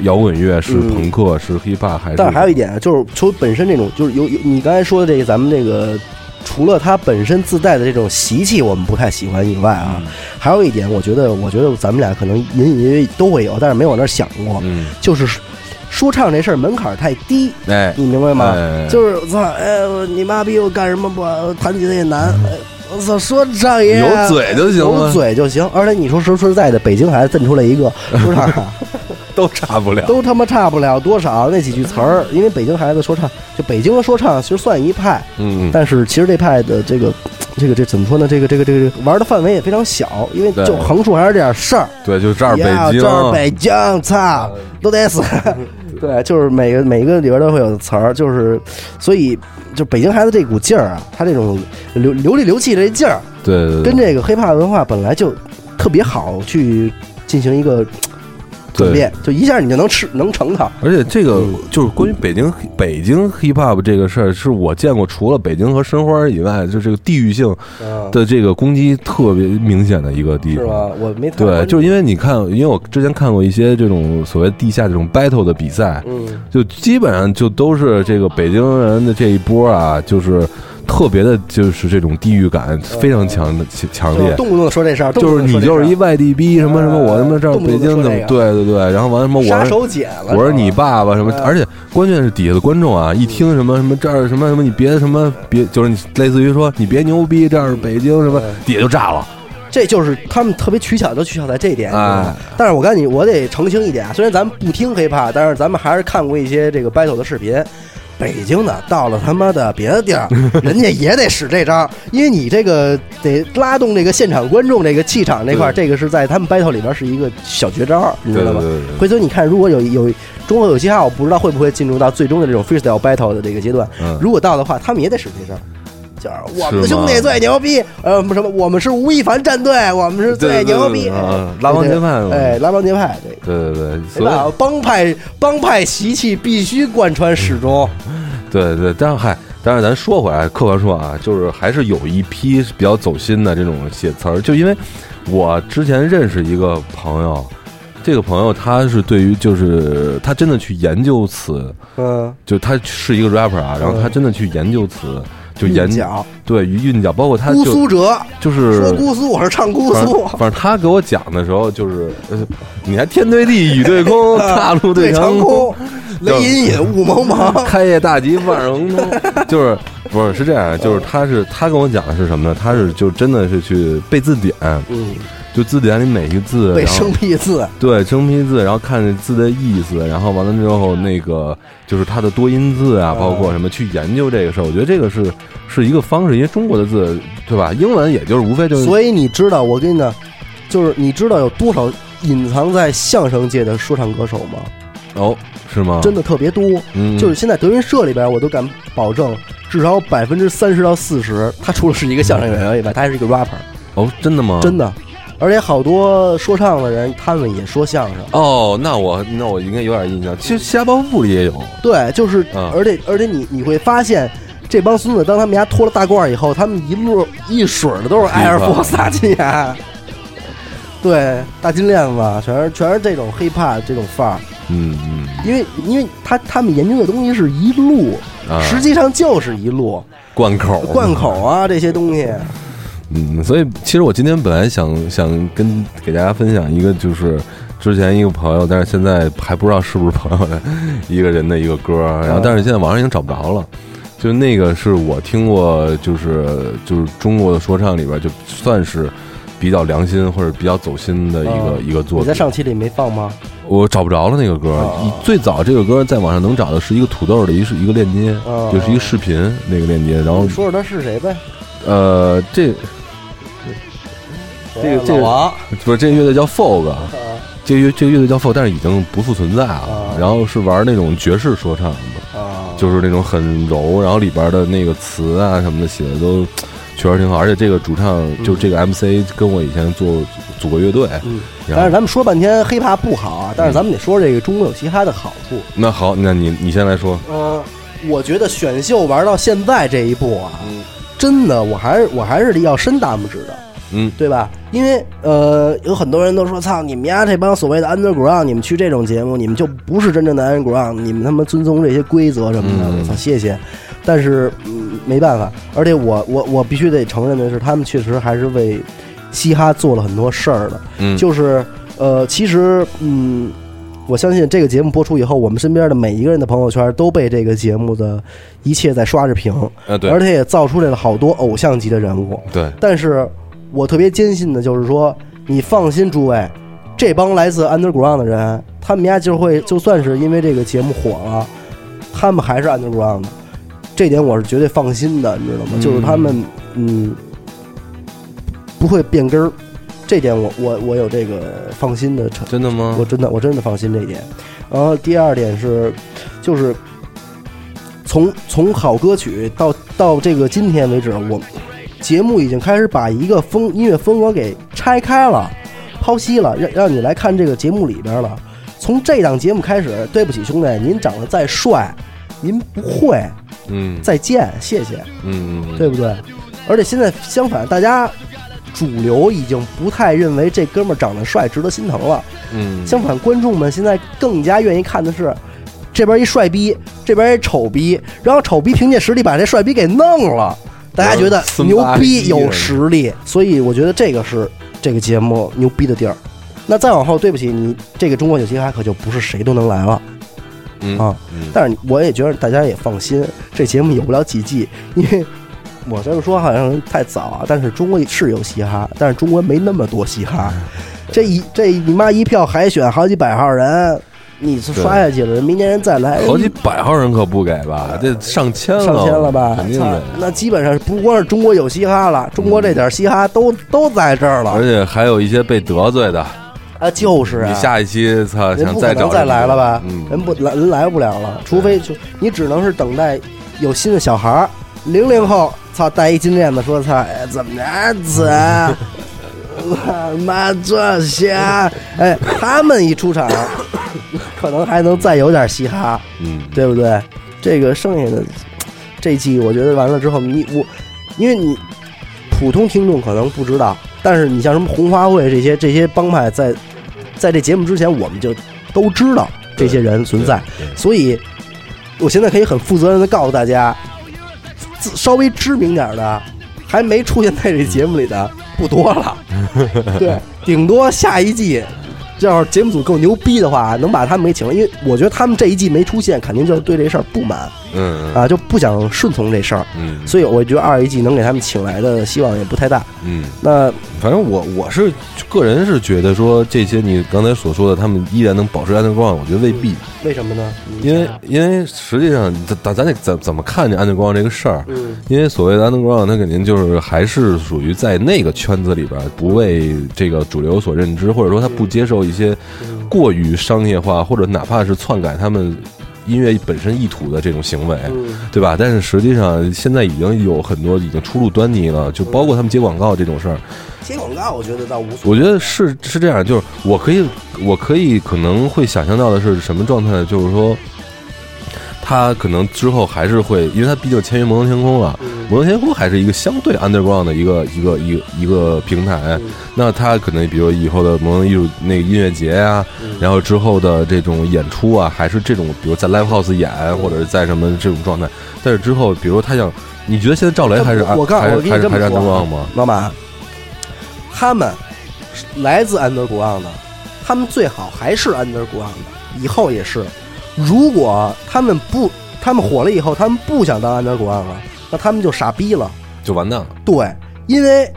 S1: 摇滚乐、是
S3: 嗯
S1: 朋克、是 hiphop 还是。
S3: 但是还有一点啊，就是除本身这种，就是有有你刚才说的这个，咱们这个除了它本身自带的这种习气，我们不太喜欢以外啊，
S1: 嗯
S3: 还有一点，我觉得，我觉得咱们俩可能隐隐约约都会有，但是没往那儿想过，
S1: 嗯，
S3: 就是说说唱这事儿门槛儿太低，
S1: 哎，
S3: 你明白吗？
S1: 哎
S3: 就是我操，哎，我你妈逼我干什么不？弹吉他也难，哎我操，说唱也
S1: 嗯有嘴就行
S3: 有
S1: 了，
S3: 嘴就行。而且你说实说实在的，北京孩子挣出来一个说唱啊，
S1: 都差不了。
S3: 都他妈差不了多少那几句词儿，因为北京孩子说唱，就北京的说唱其实算一派，
S1: 嗯，
S3: 但是其实这派的这个这个这怎么说呢？这个这个这个玩的范围也非常小，因为
S1: 对
S3: 就横竖还是这点事儿。哎
S1: 对，就这儿北
S3: 呀
S1: 京，
S3: 这儿北京，操，都得 死。对，就是每个每个里边都会有词儿，就是所以就北京孩子这股劲儿啊，他这种流流里流气这劲儿，
S1: 对对对，
S3: 跟这个黑怕文化本来就特别好去进行一个转
S1: 对
S3: 变，就一下你就能吃能成它。
S1: 而且这个
S3: 嗯
S1: 就是关于北京北京 hiphop 这个事儿，是我见过除了北京和申花以外，就这个地域性的这个攻击特别明显的一个地
S3: 是
S1: 方。
S3: 吧？我没太
S1: 对，
S3: 关注
S1: 就是因为你看，因为我之前看过一些这种所谓地下这种 battle 的比赛，
S3: 嗯
S1: 就基本上就都是这个北京人的这一波啊，就是特别的，就是这种地域感非常强的强强
S3: 就是
S1: 烈。
S3: 嗯动不动地说这事儿，
S1: 就是你就是一
S3: 一
S1: 外地逼什么什么，
S3: 嗯
S1: 我他妈这儿
S3: 动不
S1: 北
S3: 动就
S1: 京
S3: 说
S1: 怎么
S3: 这个
S1: 对对对，然后完什么
S3: 杀
S1: 我是
S3: 手锏了。嗯
S1: 我是
S3: 知道
S1: 你
S3: 吗，
S1: 爸爸什么，而且关键是底下的观众啊，一听什么什么这儿什么什么，你别什么别，就是你类似于说你别牛逼，这儿是北京什么，
S3: 嗯
S1: 底下就炸了。
S3: 这就是他们特别取巧，就取巧在这一点。
S1: 哎
S3: 你知道吗但是我告诉你，我得澄清一点啊，虽然咱们不听 hiphop，但是咱们还是看过一些这个 battle 的视频。北京的到了他妈的别的地 儿，人家也得使这招，因为你这个得拉动这个现场观众这个气场这块儿，这个是在他们 battle 里边是一个小绝招，你知道吗
S1: 对对对对？
S3: 回头你看，如果有有中国有嘻哈，我不知道会不会进入到最终的这种 freestyle battle 的这个阶段
S1: 嗯。
S3: 如果到的话，他们也得使这招。就是我们的
S1: 是吗
S3: 兄弟最牛逼，呃，什么，我们是吴亦凡战队，我们是最牛逼，
S1: 对对对对
S3: 哎
S1: 啊拉帮结派嘛
S3: 哎，拉帮结派，对，
S1: 嗯对对对，
S3: 没
S1: 所以
S3: 办法，帮派帮派习气必须贯穿始终，
S1: 对对，但是嗨，但是咱说回来，客观说啊，就是还是有一批比较走心的这种写词儿，就因为我之前认识一个朋友，这个朋友他是对于就是他真的去研究词，
S3: 嗯，
S1: 就他是一个 rapper 啊，然后他真的去研究词，就研
S3: 韵脚
S1: 对韵脚，包括他
S3: 姑
S1: 就
S3: 苏辙，
S1: 就是
S3: 说姑苏，我是唱姑
S1: 反
S3: 苏
S1: 正，反正他给我讲的时候，就是呃你还天对地，雨对 空，大陆
S3: 啊对
S1: 长
S3: 长空，雷
S1: 就
S3: 隐隐，雾蒙蒙，
S1: 开业大吉，万事亨 通。就是不是是这样？就是他是他跟我讲的是什么呢？他是就真的是去背字典，
S3: 嗯，
S1: 就字典里每一个字，
S3: 被
S1: 然后
S3: 生僻字，
S1: 对生僻字，然后看这字的意思，然后完了之后那个就是它的多音字啊，包括什么去研究这个事儿。我觉得这个是是一个方式，因为中国的字对吧？英文也就是无非就是
S3: 所以你知道，我跟你讲，就是你知道有多少隐藏在相声界的说唱歌手吗？
S1: 哦，是吗？
S3: 真的特别多。
S1: 嗯，
S3: 就是现在德云社里边，我都敢保证，至少百分之三十到四十，他除了是一个相声演员以外，他还是一个 rapper，
S1: 哦，真的吗？
S3: 真的。而且好多说唱的人，他们也说相声。
S1: 哦，那我那我应该有点印象。其实虾包铺里也有，
S3: 对，就是，
S1: 嗯
S3: 而且而且你你会发现，这帮孙子当他们家脱了大褂以后，他们一路一水儿的都是 Air
S1: 明白
S3: Force 大金牙，对，大金链子，啊全是全是这种 hiphop 这种范儿。
S1: 嗯嗯
S3: 因为因为他他们研究的东西是一路，
S1: 啊
S3: 实际上就是一路
S1: 灌口
S3: 贯口啊这些东西。
S1: 嗯，所以其实我今天本来想想跟给大家分享一个，就是之前一个朋友，但是现在还不知道是不是朋友的一个人的一个歌儿，然后但是现在网上已经找不着了。就那个是我听过，就是就是中国的说唱里边，就算是比较良心或者比较走心的一个、
S3: 嗯
S1: 一个作
S3: 你在
S1: 品。
S3: 上期里没放吗？
S1: 我找不着了那个歌儿，
S3: 哦
S1: 一最早这个歌在网上能找的是一个土豆的一是一个链接，
S3: 哦
S1: 就是一个视频那个链接，然后
S3: 你说说他是谁呗？
S1: 呃这这个这
S3: 老
S1: 个
S3: 王
S1: 不是这乐队叫 Fog，这乐这乐队叫 Fog，但是已经不复存在了
S3: 啊。
S1: 然后是玩那种爵士说唱的，
S3: 啊，
S1: 就是那种很柔，然后里边的那个词啊什么的写的都确实挺好，而且这个主唱就这个 MC 跟我以前做组过乐队，
S3: 嗯，
S1: 然
S3: 但是
S1: 后
S3: 咱们说半天黑怕不好啊，但是咱们得说这个中国有嘻哈的好处。
S1: 那好，那你你先来说，
S3: 嗯，我觉得选秀玩到现在这一步啊，真的，我还是我还是要伸大拇指的。
S1: 嗯
S3: 对吧？因为呃，有很多人都说：“操，你们家这帮所谓的 underground，你们去这种节目，你们就不是真正的 underground，你们他妈遵从这些规则什么的。
S1: 嗯
S3: 我操，谢谢。但是、嗯、没办法，而且我我我必须得承认的是，他们确实还是为嘻哈做了很多事儿的。
S1: 嗯，
S3: 就是呃，其实嗯，我相信这个节目播出以后，我们身边的每一个人的朋友圈都被这个节目的一切在刷着屏，
S1: 啊
S3: 而
S1: 对
S3: 且也造出来了好多偶像级的人物。
S1: 对，
S3: 但是我特别坚信的就是说，你放心，诸位，这帮来自 underground 的人，他们家就会就算是因为这个节目火了，他们还是 underground 的，这点我是绝对放心的，你知道吗？就是他们，嗯，不会变根儿，这点我我我有这个放心的成
S1: 真的吗
S3: 我？真的我真的放心这一点。然后第二点是，就是从从好歌曲到到这个今天为止，我节目已经开始把一个风音乐风格给拆开了、剖析了，让让你来看这个节目里边了。从这档节目开始，对不起兄弟，您长得再帅，您不会，
S1: 嗯
S3: 再见，谢谢。
S1: 嗯，
S3: 对不对？而且现在相反，大家主流已经不太认为这哥们儿长得帅值得心疼了。
S1: 嗯
S3: 相反，观众们现在更加愿意看的是，这边一帅逼，这边一丑逼，然后丑逼凭借实力把这帅逼给弄了，大家觉得
S1: 嗯
S3: 牛
S1: 孙
S3: 逼
S1: 八一
S3: 有实力，所以我觉得这个是这个节目牛逼的地儿。那再往后，对不起，你这个中国有嘻哈可就不是谁都能来了。
S1: 嗯
S3: 啊
S1: 嗯
S3: 但是我也觉得大家也放心，这节目有不了几季，因为我这么说好像太早啊，但是中国是有嘻哈，但是中国没那么多嘻哈，
S1: 嗯
S3: 这一这你妈一票海选好几百号人，你是刷下去了，明年人再来，
S1: 好几百号人可不给吧，这上千了，
S3: 上千了吧？
S1: 肯定
S3: 操
S1: 的。
S3: 那基本上不光是中国有嘻哈了，中国这点嘻哈都都在这儿
S1: 而
S3: 了
S1: 且还有一些被得罪的，
S3: 啊，就是啊
S1: 嗯你。下一期操
S3: 人
S1: 想
S3: 不
S1: 再找
S3: 可能再
S1: 人
S3: 来了吧？
S1: 嗯，
S3: 人不来人来不了了，除非就你只能是等待有新的小孩儿，零零后，操，戴一金链子说操、哎，怎么着子？我妈这些，哎，他们一出场，可能还能再有点嘻哈，
S1: 嗯，
S3: 对不对？这个剩下的这一季，我觉得完了之后，你我，因为你普通听众可能不知道，但是你像什么红花会这些这些帮派在，在这节目之前，我们就都知道这些人存在，
S1: 对，对
S3: 所以我现在可以很负责任的告诉大家，自稍微知名点儿的，还没出现在这节目里的不多了， 对，顶多下一季。要是节目组够牛逼的话，能把他们给请来，因为我觉得他们这一季没出现，肯定就是对这事儿不满
S1: 嗯嗯
S3: 啊，就不想顺从这事儿。
S1: 嗯
S3: 所以我觉得二一季能给他们请来的希望也不太大。
S1: 嗯，
S3: 那
S1: 反正我我是个人是觉得说这些你刚才所说的，他们依然能保持安全光，我觉得未必，
S3: 为什么呢？
S1: 因为因为实际上咱咱咱得怎怎么看这安全光这个事儿。
S3: 嗯
S1: 因为所谓的安德 n d 它肯定就是还是属于在那个圈子里边儿不为这个主流所认知，或者说他不接受一些过于商业化，或者哪怕是篡改他们音乐本身意图的这种行为，
S3: 嗯
S1: 对吧？但是实际上现在已经有很多已经初露端倪了，就包括他们接广告这种事儿，
S3: 接广告我觉得倒无所
S1: 我
S3: 谓，
S1: 觉得是是这样，就是我可以，我可以可能会想象到的是什么状态呢？就是说，他可能之后还是会，因为他毕竟签约摩登天空了，摩登天空还是一个相对 underground 的一个一个一个一个平台。那他可能比如以后的摩登艺术那个音乐节啊，然后之后的这种演出啊，还是这种比如在 live house 演，或者是在什么这种状态。但是之后，比如他想，你觉得现在赵雷哎还是啊
S3: 我我告
S1: 还
S3: 诉
S1: 是
S3: 我跟
S1: 还
S3: 你
S1: 是
S3: 这
S1: 还
S3: 么
S1: 是
S3: 说啊
S1: underground 吗？
S3: 老马，他们是来自 underground 的，他们最好还是 underground 的，以后也是。如果他们不，他们火了以后，他们不想当 underground 了，那他们就傻逼了。
S1: 就完蛋了。
S3: 对，因为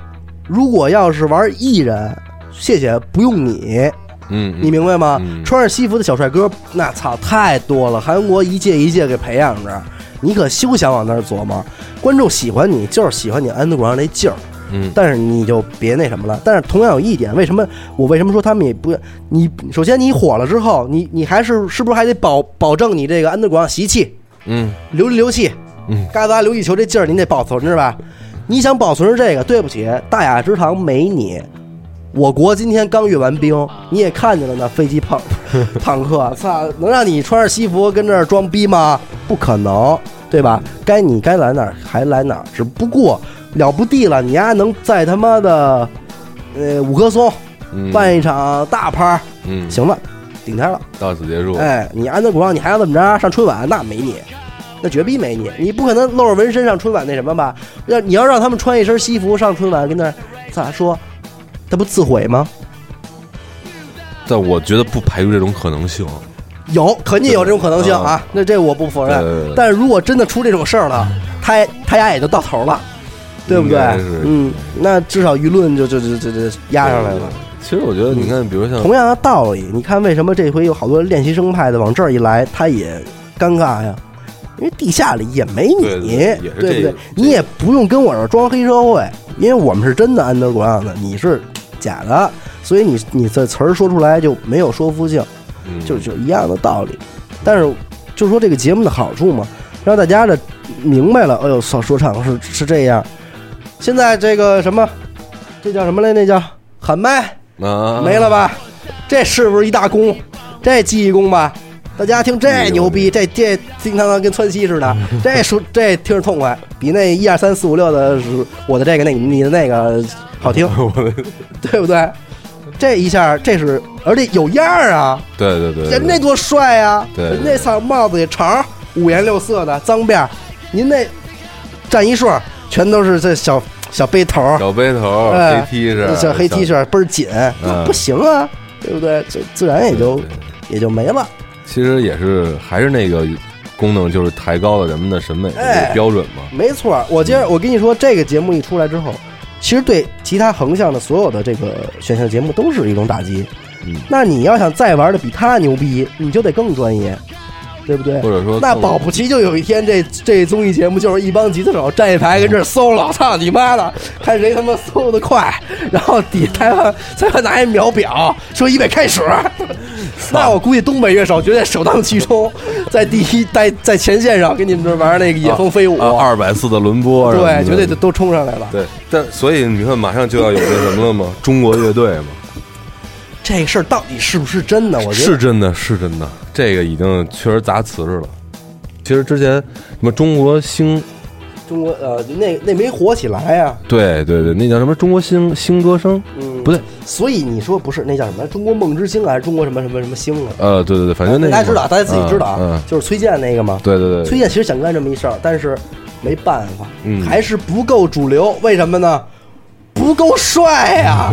S3: 如果要是玩艺人，谢谢，不用你，
S1: 嗯，嗯
S3: 你明白吗？
S1: 嗯
S3: 穿着西服的小帅哥，那操太多了，韩国一届一届给培养着，你可休想往那儿琢磨。观众喜欢你就是喜欢你安德广那劲儿，
S1: 嗯
S3: 但是你就别那什么了。但是同样有一点，为什么我为什么说他们也不你？首先你火了之后，你你还是是不是还得保保证你这个安德广习气？
S1: 嗯。
S3: 流里流气，
S1: 嗯，
S3: 嘎达流气球这劲儿你得保存着吧？你想保存着这个，对不起，大雅之堂没你。我国今天刚阅完兵，你也看见了那飞机 炮、坦克，操，能让你穿着西服跟这儿装逼吗？不可能，对吧？该你该来哪儿还来哪儿，只不过了不地了，你丫能在他妈的呃五棵松
S1: 嗯
S3: 办一场大拍儿，
S1: 嗯，
S3: 行了，顶天了。
S1: 到此结束。
S3: 哎，你安德古让你还要怎么着上春晚？那没你，那绝逼没你，你不可能露着纹身上春晚那什么吧？要你要让他们穿一身西服上春晚，跟那儿咋说？他不自毁吗？
S1: 但我觉得不排除这种可能性。
S3: 有，肯定有这种可能性啊！那这我不否
S1: 对对
S3: 认
S1: 对。
S3: 但是如果真的出这种事儿了，他他俩也就到头了，对不
S1: 应
S3: 对
S1: 该是？
S3: 嗯，那至少舆论就就就就就压上来了。
S1: 其实我觉得，你看，比如像
S3: 同样的道理，你看为什么这回有好多练习生派的往这儿一来，他也尴尬呀？因为地下里也没你，
S1: 对对也是这个
S3: 不对
S1: 这？
S3: 你也不用跟我这儿装黑社会，因为我们是真的安德国样的，你是假的，所以你你这词儿说出来就没有说服性，
S1: 嗯
S3: 就就一样的道理。但是就说这个节目的好处嘛，让大家的明白了，哎呦，说说唱是是这样。现在这个什么，这叫什么来？那叫喊麦。
S1: 啊
S3: 没了吧？这是不是一大功？这记忆功吧？大家听
S1: 哎
S3: 这牛逼，这这叮当当跟窜稀 似的，这说这听着痛快，比那一二三四五六的我的这个那你的那个好
S1: 嗯
S3: 听，对不对？这一下这是，而且有样儿啊，
S1: 对对对，对
S3: 人那多帅啊！
S1: 对
S3: 人那草帽子也长，五颜六色的脏辫儿，您那站一顺儿，全都是这小小背头儿，
S1: 小背头、
S3: 哎
S1: 黑 T 恤、
S3: 小黑 T 恤倍儿紧，
S1: 嗯
S3: 不行啊，对不对？这自然也
S1: 对
S3: 就
S1: 对对
S3: 也就没了。
S1: 其实也是还是那个功能，就是抬高了人们的审美的
S3: 哎
S1: 这个标准嘛。
S3: 没错儿，我今儿我跟你说，这个节目一出来之后，其实对其他横向的所有的这个选秀节目都是一种打击。
S1: 嗯
S3: 那你要想再玩的比他牛逼，你就得更专业，对不对
S1: 或？者说，
S3: 那保不齐就有一天这这综艺节目就是一帮吉他手站一排跟这儿搜老操你妈的，看谁他妈搜的快，然后底台湾台湾拿一秒表说预备开始，那我估计东北乐手绝对首当其冲，在第一在在前线上跟你们这玩那个野蜂飞舞，
S1: 啊二百四的轮播啊什么的，
S3: 啊对，绝对都都冲上来了。
S1: 对。但所以你看，马上就要有那什么了嘛，中国乐队嘛，
S3: 这事儿到底是不是真的？我觉得
S1: 是真的，是真的，这个已经确实砸瓷实了。其实之前什么中国星
S3: 中国呃那那没火起来呀、
S1: 对对对，那叫什么中国新新歌声？
S3: 嗯
S1: 不对，
S3: 所以你说不是那叫什么中国梦之星啊还是中国什么什么什么星啊？
S1: 呃，对对对，反正那个
S3: 大家知道，大家自己知道啊，
S1: 嗯，嗯
S3: 就是崔健那个嘛。
S1: 对对
S3: 崔
S1: 对，
S3: 健其实想干这么一事儿，但是没办法，
S1: 嗯
S3: 还是不够主流。为什么呢？不够帅 呀、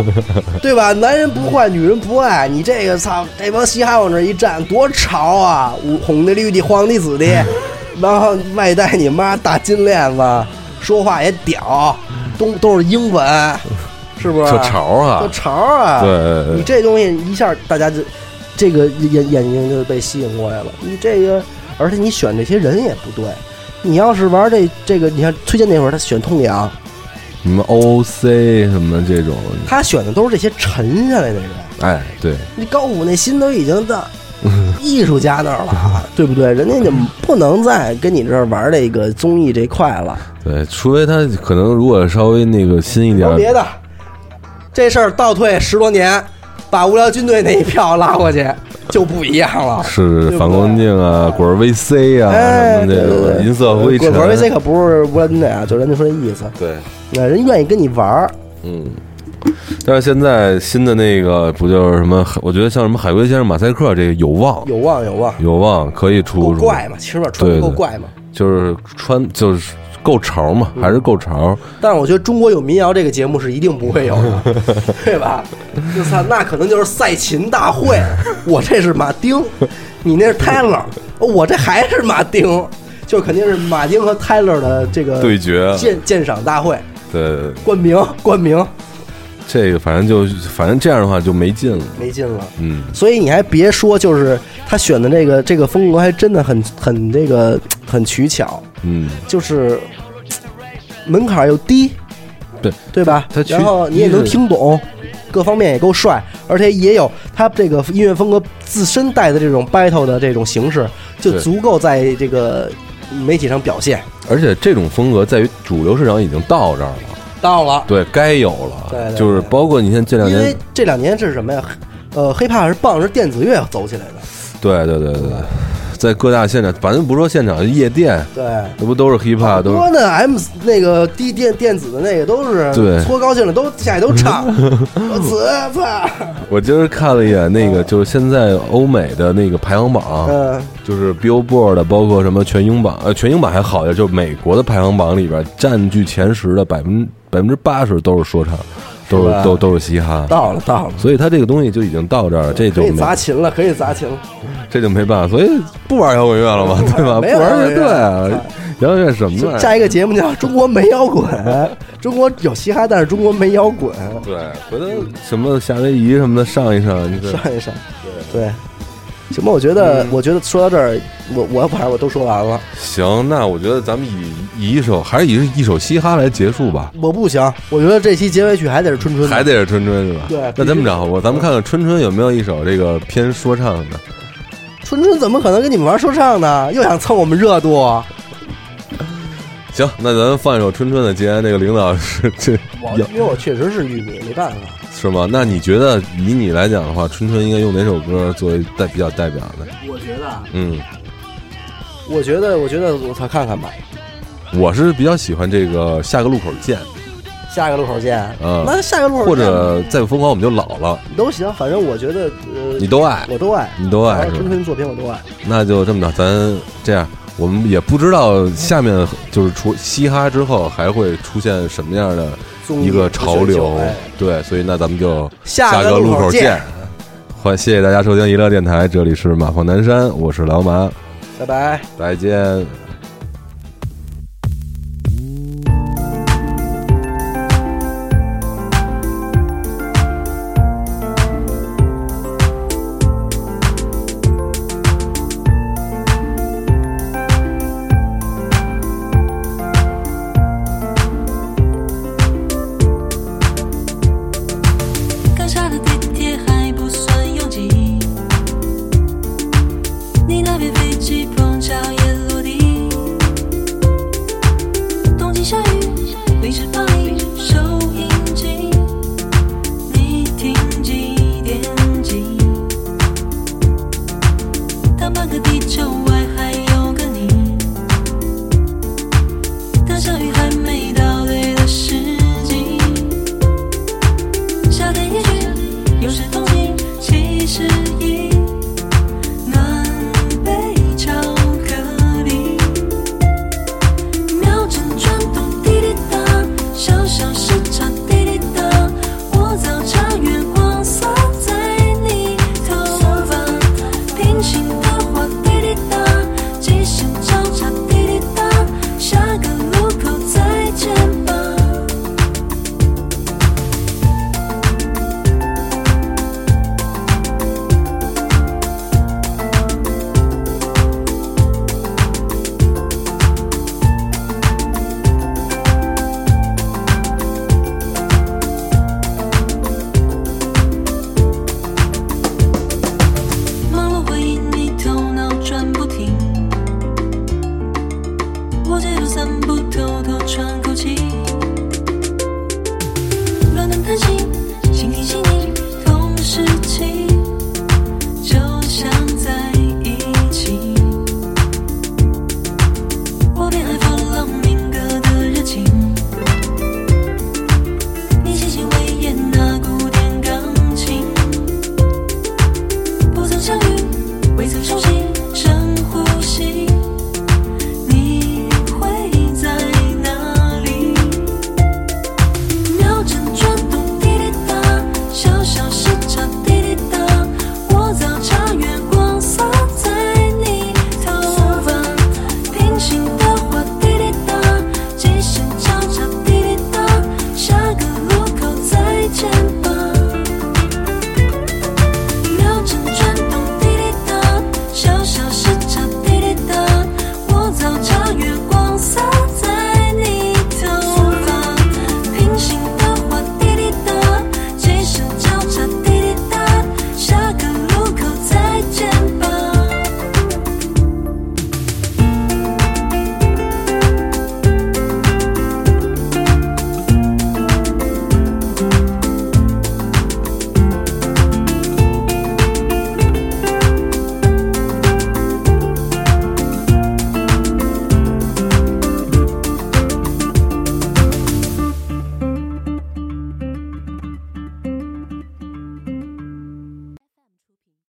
S3: 对吧？男人不坏，女人不爱。你这个操，这帮嘻哈往这一站，多潮啊！五红的、绿的、黄 的、紫的，然后外带你妈大金链子，说话也屌，都都是英文，是不是？
S1: 特潮
S3: 特
S1: 啊，
S3: 潮啊！
S1: 对对对
S3: 你这东西一下大家就这个眼眼睛就被吸引过来了。你这个，而且你选这些人也不对。你要是玩这这个，你看崔健那会儿他选痛痒，
S1: 什么 OC 什么这种，
S3: 他选的都是这些沉下来的人。
S1: 哎，对，
S3: 你高虎那心都已经到一艺术家那儿了，对不对？人家就不能再跟你这儿玩这个综艺这块了。
S1: 对，除非他可能如果稍微那个新一点
S3: 说
S1: 儿，
S3: 别的，这事儿倒退十多年，把无聊军队那一票拉过去就不一样了。
S1: 是反光镜啊，果儿 VC 啊，
S3: 哎，
S1: 什么
S3: 对对
S1: 的
S3: 对，
S1: 银色灰尘，
S3: 滚玩 VC 可不是无聊军队啊，就人家说这意思，
S1: 对，
S3: 那人愿意跟你玩儿，
S1: 嗯。但是现在新的那个不就是什么？我觉得像什么海龟先生、马赛克这个有望，
S3: 有望有望，
S1: 有望可以出，
S3: 够怪嘛，其实吧，穿的
S1: 对
S3: 够
S1: 对
S3: 怪嘛。
S1: 就是穿就是够潮嘛，
S3: 嗯
S1: 还是够潮。
S3: 但是我觉得中国有民谣这个节目是一定不会有 的，对吧？就操，那可能就是赛琴 大会，我这是马丁，你那是 Taylor，我这还是马丁，就肯定是马丁和 Taylor 的这个
S1: 对决
S3: 鉴鉴赏大会，
S1: 对，
S3: 冠名冠名
S1: 这个反正就反正这样的话就没劲了。
S3: 没劲了。
S1: 嗯，
S3: 所以你还别说，就是他选的这个这个风格还真的很很这个很取巧，
S1: 嗯，
S3: 就是门槛又低，
S1: 对
S3: 对吧
S1: 他？取
S3: 然后你也能听懂，各方面也够帅，而且也有他这个音乐风格自身带的这种 battle 的这种形式，就
S1: 对
S3: 足够在这个媒体上表现
S1: 而且这种风格在于主流市场已经到这儿了，
S3: 到了。
S1: 对该有了，
S3: 对对
S1: 就是包括你看这两
S3: 因为
S1: 年，
S3: 这两年是什么呀？呃，hiphop 是棒，是电子乐走起来的，
S1: 对对对对对，在各大现场，反正不说现场，夜店
S3: 对。
S1: 那不都是 hiphop 都
S3: 多呢，M 那个低电电子的那个都是
S1: 对
S3: 搓高兴了，都下去都唱，我操操，
S1: 我今儿看了一眼那个，就是现在欧美的那个排行榜，
S3: 嗯
S1: 就是 Billboard 的，包括什么全英榜，呃，全英榜还好一点，就是美国的排行榜里边占据前十的百分百分之八十都是说唱，都
S3: 是吧
S1: 是都都是嘻哈，
S3: 到了到了，
S1: 所以它这个东西就已经到这儿了，这就
S3: 可以
S1: 没
S3: 砸琴了，可以砸琴了。
S1: 这就没办法，所以不玩摇滚乐了嘛，对吧？
S3: 没
S1: 不
S3: 有
S1: 玩
S3: 摇
S1: 乐
S3: 滚乐
S1: 队啊，摇滚乐什么玩意儿？
S3: 下一个节目叫《中国没摇滚》，中国有嘻哈，但是中国没摇滚。
S1: 对，回头什么夏威夷什么的上一上，你这
S3: 上一上，对，行吧，我觉得，我觉得说到这儿，我我反正我都说完了，
S1: 行，那我觉得咱们以以一首还是以一首嘻哈来结束吧。
S3: 我不行，我觉得这期结尾曲还得是春春的，
S1: 还得是春春是吧？
S3: 对
S1: 那这么着，我咱
S3: 嗯
S1: 们看看春春有没有一首这个偏说唱的。
S3: 春春怎么可能跟你们玩说唱呢？又想蹭我们热度，
S1: 行，那咱们放一首春春的。既然那个领导是这
S3: 我
S1: 要
S3: 因为我确实是玉米，没办法。
S1: 是吗？那你觉得以你来讲的话，春春应该用哪首歌作为代比较代表的？
S3: 我觉得，啊
S1: 嗯，
S3: 我觉得，我觉得，我操，看看吧，
S1: 我是比较喜欢这个下个路口见，
S3: 下个路口见。
S1: 嗯
S3: 那下个路口
S1: 或
S3: 见
S1: 者再不疯狂我们就老了，
S3: 都行，反正我觉得，呃，
S1: 你都爱，
S3: 我都爱，
S1: 你都爱
S3: 只
S1: 是
S3: 要春
S1: 吧？
S3: 春作品我都爱。
S1: 那就这么着，咱这样。我们也不知道下面就是除嘻哈之后还会出现什么样的
S3: 综艺
S1: 一个潮流
S3: 不是酒哎，
S1: 对，所以那咱们就
S3: 下个
S1: 个
S3: 路
S1: 路
S3: 口
S1: 口
S3: 见
S1: 见。欢，谢谢大家收听娱乐电台，这里是马放南山，我是老马，
S3: 拜拜。
S1: 再见。
S7: 刚下的地铁还不算拥挤，你那边飞机碰巧也落地。东京下雨，北市放映收音机，你听几点几？大半个地球外还有个你，大下雨还没到对的时机。夏天也许有时动情七十一，暖杯巧克力，秒针转动滴滴答，小小世界心